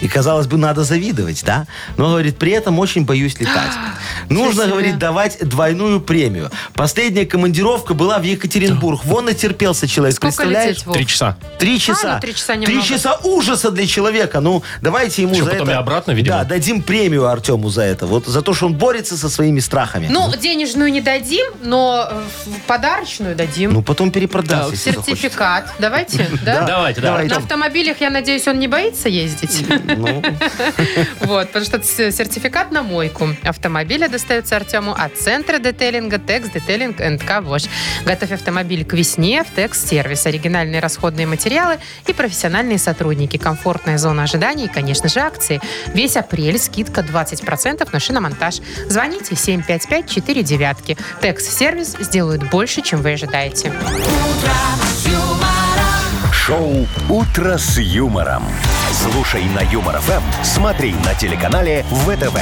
Speaker 3: И, казалось бы, надо завидовать, да? Но, говорит, при этом очень боюсь летать. Нужно,
Speaker 2: Ничего себе.
Speaker 3: говорит, давать двойную премию. Последняя командировка была в Екатеринбург. Вон натерпелся человек,
Speaker 2: Сколько
Speaker 3: представляешь?
Speaker 2: лететь, Вов?
Speaker 4: Три часа.
Speaker 3: Три часа.
Speaker 2: ну, три часа немного.
Speaker 3: часа ужаса для человека. Ну, давайте ему
Speaker 4: Что,
Speaker 3: за
Speaker 4: потом
Speaker 3: это...
Speaker 4: и обратно, видимо?
Speaker 3: Да, дадим премию Артему за это. Вот за то, что он борется со своими страхами.
Speaker 2: Ну, денежную не дадим, но э, в подарочную дадим. Э,
Speaker 3: Ну, потом перепродаст, если захочет.
Speaker 2: Сертификат. Давайте, да?
Speaker 4: Давайте,
Speaker 3: давай,
Speaker 4: давайте.
Speaker 2: На
Speaker 3: Артем.
Speaker 2: автомобилях, я надеюсь, он не боится ездить.
Speaker 3: Ну,
Speaker 2: Вот, потому что ц- сертификат на мойку автомобиля достается Артему от центра детейлинга Текс Детейлинг НК ВОЖ. Готовь автомобиль к весне в Текс Сервис. Оригинальные расходные материалы и профессиональные сотрудники. Комфортная зона ожидания и, конечно же, акции. Весь апрель скидка 20% на шиномонтаж. Звоните 755-49. Текс Сервис сделают больше, чем вы ожидаете.
Speaker 1: Шоу «Утро с юмором». Слушай на Юмор ФМ, смотри на телеканале ВТВ.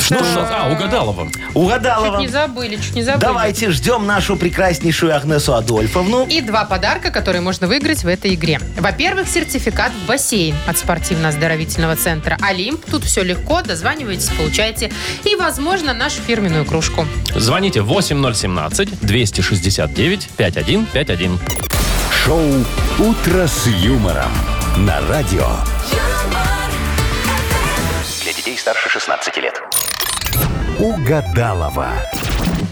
Speaker 4: Что у нас? А, угадала вам.
Speaker 3: угадала
Speaker 2: Чуть
Speaker 3: вам.
Speaker 2: не забыли, чуть не забыли.
Speaker 3: Давайте ждем нашу прекраснейшую Агнесу Адольфовну.
Speaker 2: И два подарка, которые можно выиграть в этой игре. Во-первых, сертификат в бассейн от спортивно-оздоровительного центра «Олимп». Тут все легко, дозваниваетесь, получаете. И, возможно, нашу фирменную кружку.
Speaker 4: Звоните 8017-269-5151.
Speaker 1: Шоу «Утро с юмором» на радио.
Speaker 8: юмор,
Speaker 5: Для детей старше 16 лет.
Speaker 1: Угадалова.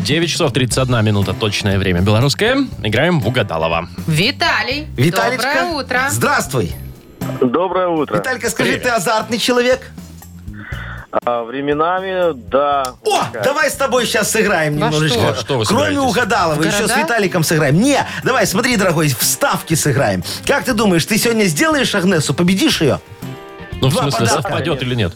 Speaker 4: 9 часов 31 минута точное время белорусское. Играем в Угадалова.
Speaker 2: Виталий,
Speaker 3: Виталечка.
Speaker 2: доброе утро.
Speaker 3: Здравствуй.
Speaker 6: Доброе утро.
Speaker 3: Виталька, скажи,
Speaker 4: Привет.
Speaker 3: ты азартный человек?
Speaker 6: А, временами, да.
Speaker 3: О, давай с тобой сейчас сыграем
Speaker 2: Во
Speaker 3: немножечко.
Speaker 4: что? Что вы
Speaker 3: Кроме
Speaker 4: собираетесь?
Speaker 3: угадалова,
Speaker 2: В
Speaker 3: еще с
Speaker 2: города?
Speaker 3: Виталиком сыграем. Не, давай, смотри, дорогой, вставки сыграем. Как ты думаешь, ты сегодня сделаешь Агнесу, победишь ее?
Speaker 4: Ну, в
Speaker 3: Два
Speaker 4: смысле,
Speaker 3: подарка.
Speaker 4: совпадет или нет?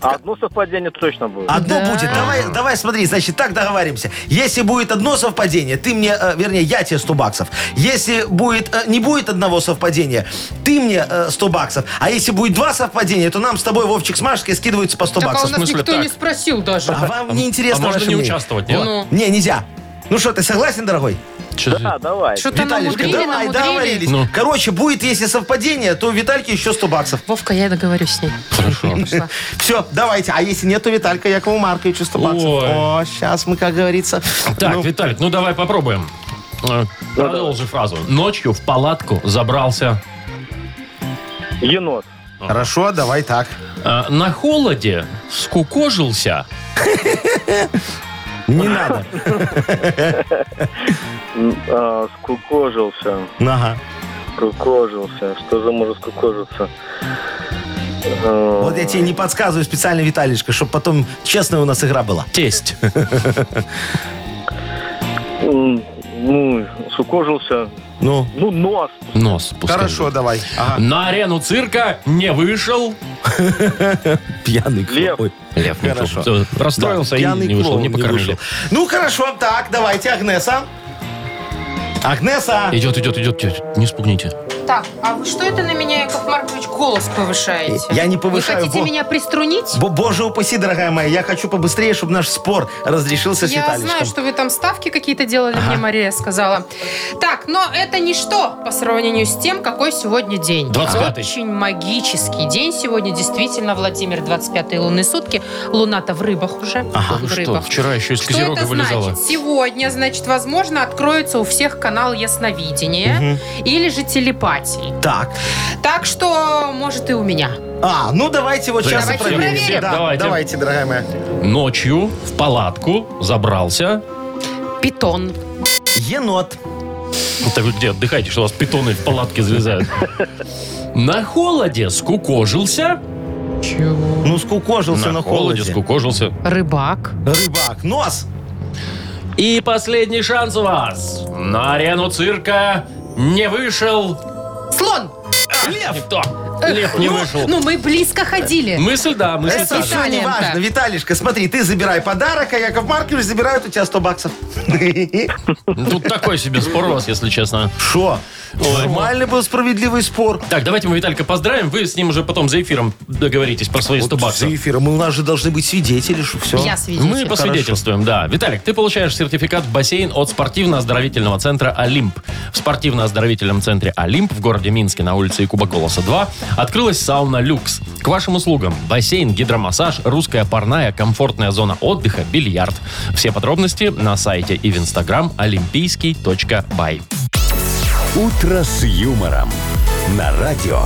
Speaker 6: Одно совпадение точно будет.
Speaker 3: Одно
Speaker 2: Да.
Speaker 3: будет. Давай, давай, смотри, значит, так договариваемся. Если будет одно совпадение, ты мне, э, вернее, я тебе 100 баксов. Если будет, э, не будет одного совпадения, ты мне э, 100 баксов. А если будет два совпадения, то нам с тобой, Вовчик с Машкой, скидываются по 100
Speaker 2: Так а у
Speaker 3: баксов.
Speaker 2: нас
Speaker 4: смысле
Speaker 2: никто
Speaker 4: так?
Speaker 2: не спросил даже.
Speaker 3: А вам не интересно
Speaker 4: а можно
Speaker 3: ваше
Speaker 4: не
Speaker 3: мнение?
Speaker 4: участвовать, нет?
Speaker 2: Ну.
Speaker 3: Не, нельзя. Ну что, ты согласен, дорогой?
Speaker 4: Чё за-
Speaker 6: Да, давай.
Speaker 2: Что-то Ну, намудрили,
Speaker 3: давай,
Speaker 2: намудрили.
Speaker 3: договорились.
Speaker 4: Ну.
Speaker 3: Короче, будет, если совпадение, то у Витальки еще 100 баксов.
Speaker 2: Вовка, я договорюсь с ней.
Speaker 4: Хорошо.
Speaker 2: Пошла.
Speaker 3: Все, давайте. А если нет, то Виталька Якову Марковичу 100 баксов.
Speaker 4: Ой.
Speaker 3: О, сейчас мы, как говорится.
Speaker 4: Так,
Speaker 3: ну,
Speaker 4: Виталик, ну давай попробуем. Э, Продолжи фразу. Ночью в палатку забрался.
Speaker 6: Енот.
Speaker 2: Ну.
Speaker 3: хорошо, давай так.
Speaker 4: Э, На холоде скукожился.
Speaker 3: Не надо.
Speaker 6: М, а, скукожился.
Speaker 3: Ага.
Speaker 6: Скукожился. Что за может скукожиться? Э,
Speaker 3: Вот я тебе не подсказываю специально, Виталишка, чтобы потом честная у нас игра была.
Speaker 4: Тесть.
Speaker 6: Э, м, Ну, скукожился.
Speaker 3: Ну,
Speaker 6: Ну, нос.
Speaker 4: Нос. пускай.
Speaker 8: Хорошо, давай. Ага.
Speaker 4: На арену цирка не вышел.
Speaker 3: пьяный
Speaker 6: Лев.
Speaker 3: клоун.
Speaker 4: Лев не
Speaker 8: Хорошо.
Speaker 4: вышел. Всё, Расстроился
Speaker 3: Да,
Speaker 4: и
Speaker 3: пьяный
Speaker 4: не вышел,
Speaker 3: клоун
Speaker 4: не покормили.
Speaker 3: вышел. Ну, хорошо, так, давайте, Агнеса. Агнеса!
Speaker 4: Идет, идет, идет, идет. Не спугните.
Speaker 2: Так, а вы что это на меня, Яков Маркович, голос повышаете?
Speaker 3: Я не повышаю
Speaker 2: Вы хотите
Speaker 3: голос.
Speaker 2: меня приструнить?
Speaker 3: Бо- Боже упаси, дорогая моя, я хочу побыстрее, чтобы наш спор разрешился с
Speaker 2: Я
Speaker 3: Виталичком.
Speaker 2: знаю, что вы там ставки какие-то делали, мне Мария сказала. Так, но это ничто по сравнению с тем, какой сегодня день.
Speaker 4: 25-й.
Speaker 2: Очень магический день сегодня. Действительно, Владимир, 25-е лунные сутки. Луна-то в рыбах уже.
Speaker 4: Да
Speaker 2: в
Speaker 4: вы что,
Speaker 2: рыбах.
Speaker 4: вчера еще из
Speaker 2: Что это
Speaker 4: козерога вылезала.
Speaker 2: значит? Сегодня, значит, возможно, откроется у всех канал ясновидения или же телепатии.
Speaker 3: Так.
Speaker 2: Так что, может, и у меня.
Speaker 3: А, ну давайте вот сейчас и
Speaker 2: Давайте
Speaker 3: проверим.
Speaker 2: проверим.
Speaker 3: Да,
Speaker 4: Давайте.
Speaker 8: Давайте, дорогая моя.
Speaker 4: Ночью в палатку забрался.
Speaker 2: Питон.
Speaker 3: Енот.
Speaker 4: Так вы где отдыхайте, что у вас питоны в палатке залезают. На холоде скукожился.
Speaker 2: Чего?
Speaker 3: Ну, скукожился на, холоде.
Speaker 4: скукожился.
Speaker 2: Рыбак.
Speaker 3: Рыбак. Нос.
Speaker 4: И последний шанс у вас. На арену цирка не вышел.
Speaker 2: Слон.
Speaker 3: Лев.
Speaker 4: Кто? Лев не
Speaker 2: Ну,
Speaker 4: вышел.
Speaker 2: Ну, мы близко ходили.
Speaker 4: Мысль, да, мысль.
Speaker 3: Это
Speaker 4: та же.
Speaker 3: все не важно.
Speaker 2: Виталиенко.
Speaker 3: Виталишка, смотри, ты забирай подарок, а Яков Маркович забирает у тебя 100 баксов.
Speaker 4: Ну, Тут такой себе спор у вас, если честно.
Speaker 3: Шо? Нормальный был справедливый спор.
Speaker 4: Так, давайте мы Виталька поздравим. Вы с ним уже потом за эфиром договоритесь про свои 100
Speaker 3: Вот
Speaker 4: баксов.
Speaker 3: За эфиром. У нас же должны быть свидетели, что все.
Speaker 2: Я свидетель.
Speaker 4: Мы посвидетельствуем, да. Виталик, ты получаешь сертификат в бассейн от спортивно-оздоровительного центра «Олимп». В спортивно-оздоровительном центре «Олимп» в городе Минске на улице Якуба Колоса 2 открылась сауна «Люкс». К вашим услугам бассейн, гидромассаж, русская парная, комфортная зона отдыха, бильярд. Все подробности на сайте и в инстаграм олимпийский.бай.
Speaker 1: «Утро с юмором» на радио.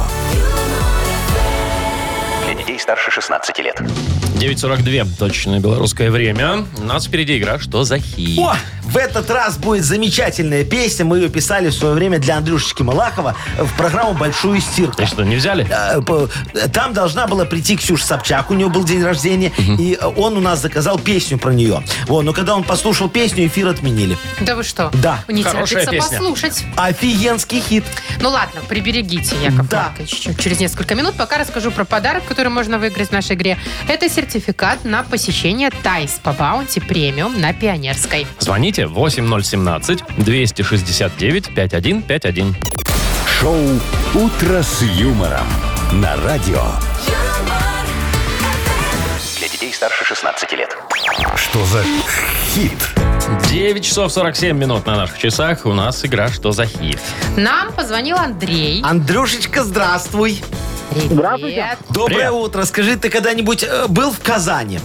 Speaker 5: Для детей старше 16 лет.
Speaker 4: 9.42, точное белорусское время. У нас впереди игра «Что за хи?».
Speaker 3: О, в этот раз будет замечательная песня. Мы ее писали в свое время для Андрюшечки Малахова в программу «Большую стирку».
Speaker 4: Ты что, не взяли?
Speaker 3: Э, по- Там должна была прийти Ксюша Собчак, у нее был день рождения, и э, он у нас заказал песню про нее. Вот, но когда он послушал песню, эфир отменили.
Speaker 2: Да вы что?
Speaker 3: Да.
Speaker 2: Не
Speaker 4: Хорошая
Speaker 2: терпится
Speaker 4: песня.
Speaker 2: послушать.
Speaker 3: Офигенский хит.
Speaker 2: Ну ладно, приберегите, Яков
Speaker 3: Да.
Speaker 2: Маркович, ч- через несколько минут. Пока расскажу про подарок, который можно выиграть в нашей игре. Это сертификат на посещение Тайс по баунти премиум на Пионерской.
Speaker 4: Звоните 8017-269-5151.
Speaker 1: Шоу «Утро с юмором» на радио.
Speaker 5: Для детей старше 16 лет.
Speaker 1: Что за хит?
Speaker 4: 9 часов 47 минут на наших часах. У нас игра «Что за хит?».
Speaker 2: Нам позвонил Андрей.
Speaker 3: А, Андрюшечка, здравствуй.
Speaker 2: Привет.
Speaker 7: Здравствуйте.
Speaker 3: Доброе
Speaker 4: Привет.
Speaker 3: утро. Скажи, ты когда-нибудь э, был в Казани?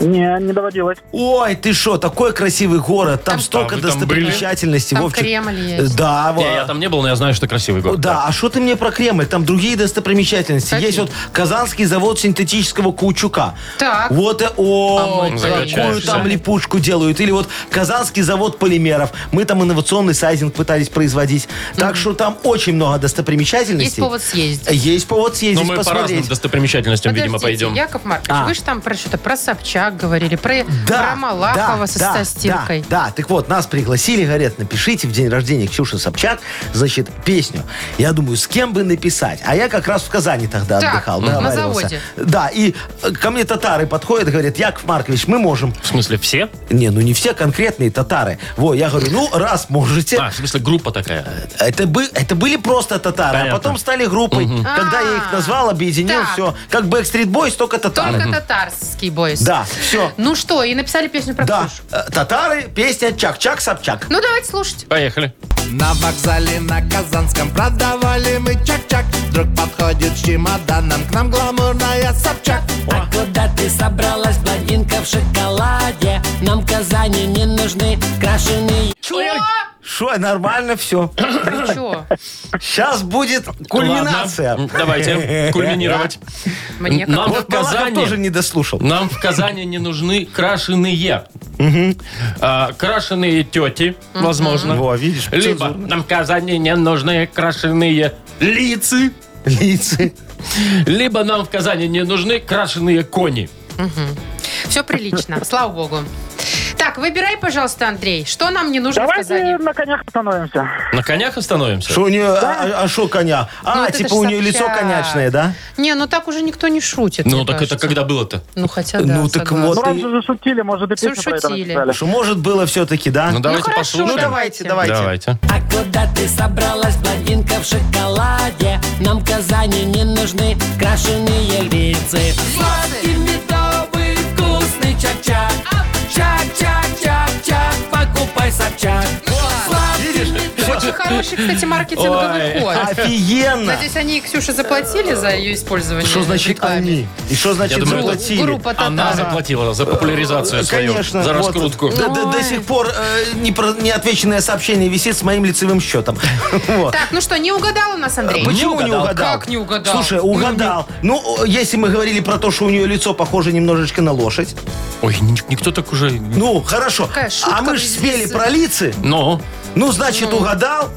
Speaker 7: Не, не доводилось.
Speaker 3: Ой, ты что, такой красивый город. Там,
Speaker 2: Там-
Speaker 3: столько
Speaker 4: А вы там
Speaker 3: достопримечательностей.
Speaker 2: Там
Speaker 3: Вовчик.
Speaker 2: Кремль
Speaker 3: Э,
Speaker 2: есть.
Speaker 3: Да, вот.
Speaker 4: Я, я там не был, но я знаю, что красивый город.
Speaker 3: Да, а что ты мне про Кремль? Там другие достопримечательности.
Speaker 2: Какие?
Speaker 3: Есть вот Казанский завод синтетического каучука.
Speaker 2: Так.
Speaker 3: Вот, э, о,
Speaker 2: А мы
Speaker 3: какую
Speaker 4: закачаешься.
Speaker 3: там липучку делают. Или вот Казанский завод полимеров. Мы там инновационный сайзинг пытались производить. Так что там очень много достопримечательностей.
Speaker 2: Есть повод съездить.
Speaker 3: Есть повод съездить,
Speaker 4: Но Ну, мы по разным
Speaker 3: посмотреть.
Speaker 4: достопримечательностям, видимо,
Speaker 2: Подождите,
Speaker 4: пойдем.
Speaker 2: Яков Маркович,
Speaker 3: А.
Speaker 2: вы же там про что-то, про Собчак говорили, про, про Малахова со,
Speaker 3: да,
Speaker 2: со стиркой.
Speaker 3: Да, да, так вот, нас пригласили, говорят, напишите в день рождения Ксюши Собчак, значит, песню. Я думаю, с кем бы написать? А я как раз в Казани тогда
Speaker 2: Так,
Speaker 3: отдыхал.
Speaker 2: мгм. на
Speaker 3: договаривался.
Speaker 2: заводе.
Speaker 3: Да, и э, ко мне татары подходят, говорят, Яков Маркович, мы можем.
Speaker 4: В смысле, все?
Speaker 3: Не, ну не все конкретные татары. Во, я говорю, ну, раз можете.
Speaker 4: А, в смысле, группа такая.
Speaker 3: Это, бы, это были просто татары,
Speaker 4: Понятно.
Speaker 3: а потом стали группой. Когда я их назвал, объединил,
Speaker 2: Так.
Speaker 3: все. Как Backstreet Boys, только татары.
Speaker 2: Только татарский бойс.
Speaker 3: Да, все.
Speaker 2: Ну что, и написали песню про
Speaker 3: Да,
Speaker 2: Ксюшу.
Speaker 3: э, татары, песня Чак-Чак, Собчак.
Speaker 2: Ну давайте слушать.
Speaker 4: Поехали.
Speaker 9: На вокзале на Казанском продавали мы чак-чак Вдруг подходит с чемоданом к нам гламурная Собчак
Speaker 10: А куда ты собралась, блондинка в шоколаде? Нам в Казани не нужны крашеные.
Speaker 3: Ой, Шо, нормально все.
Speaker 2: Вы чё?
Speaker 3: Сейчас будет кульминация.
Speaker 4: Ладно, Давайте кульминировать. Ну,
Speaker 2: Мне
Speaker 4: Нам
Speaker 2: как
Speaker 4: в
Speaker 3: Вот Малахов
Speaker 4: Казани...
Speaker 3: тоже не дослушал.
Speaker 4: Нам в Казани не нужны крашеные. а, крашеные тети, возможно.
Speaker 3: Во, видишь,
Speaker 4: ну. Либо
Speaker 3: цензурно.
Speaker 4: нам Казани не нужны крашеные лицы.
Speaker 3: Лицы.
Speaker 4: Либо нам в Казани не нужны крашеные кони.
Speaker 2: Все прилично, слава богу. Так, выбирай, пожалуйста, Андрей, что нам не нужно в Казани?
Speaker 7: Давайте на конях остановимся.
Speaker 4: На конях остановимся?
Speaker 3: Что у нее, а что коня?
Speaker 2: Ну,
Speaker 3: А,
Speaker 2: вот это
Speaker 3: типа
Speaker 2: ж
Speaker 3: у нее лицо
Speaker 2: Собчак.
Speaker 3: конячное, да?
Speaker 2: Не, ну так уже никто не шутит.
Speaker 4: Ну,
Speaker 2: мне
Speaker 4: так
Speaker 2: кажется.
Speaker 4: это когда было-то?
Speaker 2: Ну, хотя да,
Speaker 3: Ну, так
Speaker 2: согласна.
Speaker 3: вот.
Speaker 7: Ну,
Speaker 3: Ты-
Speaker 7: раньше же шутили, может, и
Speaker 2: Всё
Speaker 7: песню про это
Speaker 2: шутили.
Speaker 7: написали.
Speaker 3: Что, может, было все-таки, да?
Speaker 4: Ну, давайте
Speaker 2: хорошо,
Speaker 4: послушаем.
Speaker 3: Ну, давайте, давайте.
Speaker 4: Давайте.
Speaker 10: А куда ты собралась, блондинка в шоколаде? Нам в Казани не нужны крашеные лицы. Сладкий медовый вкусный чак-чак. Чак-чак-чак-чак, покупай сапчак. Сладкий
Speaker 2: Очень хороший, кстати, маркетинговый
Speaker 4: Ой.
Speaker 2: ход.
Speaker 3: Офигенно!
Speaker 2: Надеюсь, они Ксюше заплатили за ее использование.
Speaker 3: Что
Speaker 2: в
Speaker 3: значит
Speaker 2: рекламе?
Speaker 3: они? И что
Speaker 4: Я
Speaker 3: значит
Speaker 4: думаю,
Speaker 3: заплатили?
Speaker 2: Группа
Speaker 4: Она
Speaker 2: татар.
Speaker 4: заплатила за
Speaker 2: Э,
Speaker 4: популяризацию свою,
Speaker 3: Конечно.
Speaker 4: за
Speaker 3: вот.
Speaker 4: раскрутку.
Speaker 3: До, до- до
Speaker 2: Ой.
Speaker 3: сих пор э, не про- неотвеченное сообщение висит с моим лицевым счетом. Вот.
Speaker 2: Так, ну что, не угадал у нас Андрей?
Speaker 3: А Почему не
Speaker 4: угадал?
Speaker 3: угадал?
Speaker 2: Как не угадал?
Speaker 3: Слушай, угадал. Ну, э, если мы говорили про то, что у нее лицо похоже немножечко на лошадь.
Speaker 4: Ой, ни- никто так уже...
Speaker 3: Ну, хорошо.
Speaker 2: Какая шутка
Speaker 3: А мы же
Speaker 2: здесь.
Speaker 3: спели про лица.
Speaker 4: Но
Speaker 3: Ну, значит, угадал.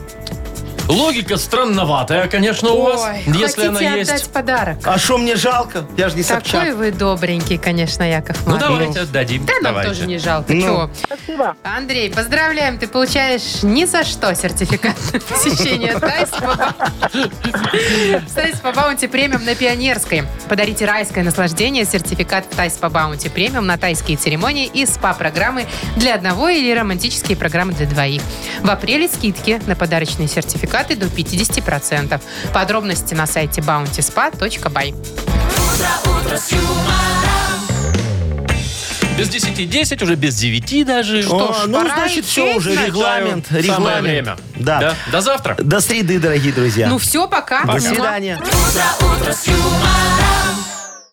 Speaker 4: логика странноватая, конечно, у вас,
Speaker 2: Ой,
Speaker 4: если
Speaker 2: хотите
Speaker 4: она
Speaker 2: отдать
Speaker 4: есть.
Speaker 2: подарок?
Speaker 3: А что мне жалко? Я же не
Speaker 2: Такой
Speaker 3: Собчак.
Speaker 2: вы добренький, конечно, Яков
Speaker 4: Ну,
Speaker 2: Маркович.
Speaker 4: давайте отдадим.
Speaker 2: Да нам
Speaker 4: давайте.
Speaker 2: тоже не жалко.
Speaker 3: Ну.
Speaker 2: Чего?
Speaker 7: Спасибо.
Speaker 2: Андрей, поздравляем, ты получаешь ни за что сертификат на посещение Тайс Тайс по Баунти премиум на Пионерской. Подарите райское наслаждение, сертификат в Тайс по Баунти премиум на тайские церемонии и СПА-программы для одного или романтические программы для двоих. В апреле скидки на подарочные сертификаты до 50%. Подробности на сайте bountyspa.by.
Speaker 4: Без 10 10, уже без 9 даже.
Speaker 2: Что ж,
Speaker 3: ну,
Speaker 2: пора
Speaker 3: значит, все
Speaker 2: идти,
Speaker 3: уже.
Speaker 2: значит.
Speaker 3: Регламент.
Speaker 4: Самое
Speaker 3: регламент.
Speaker 4: время.
Speaker 3: Да.
Speaker 4: До завтра.
Speaker 3: До среды, дорогие друзья.
Speaker 2: Ну все, Ну, пока.
Speaker 3: До
Speaker 2: Муа.
Speaker 3: свидания.
Speaker 10: утро с юмором.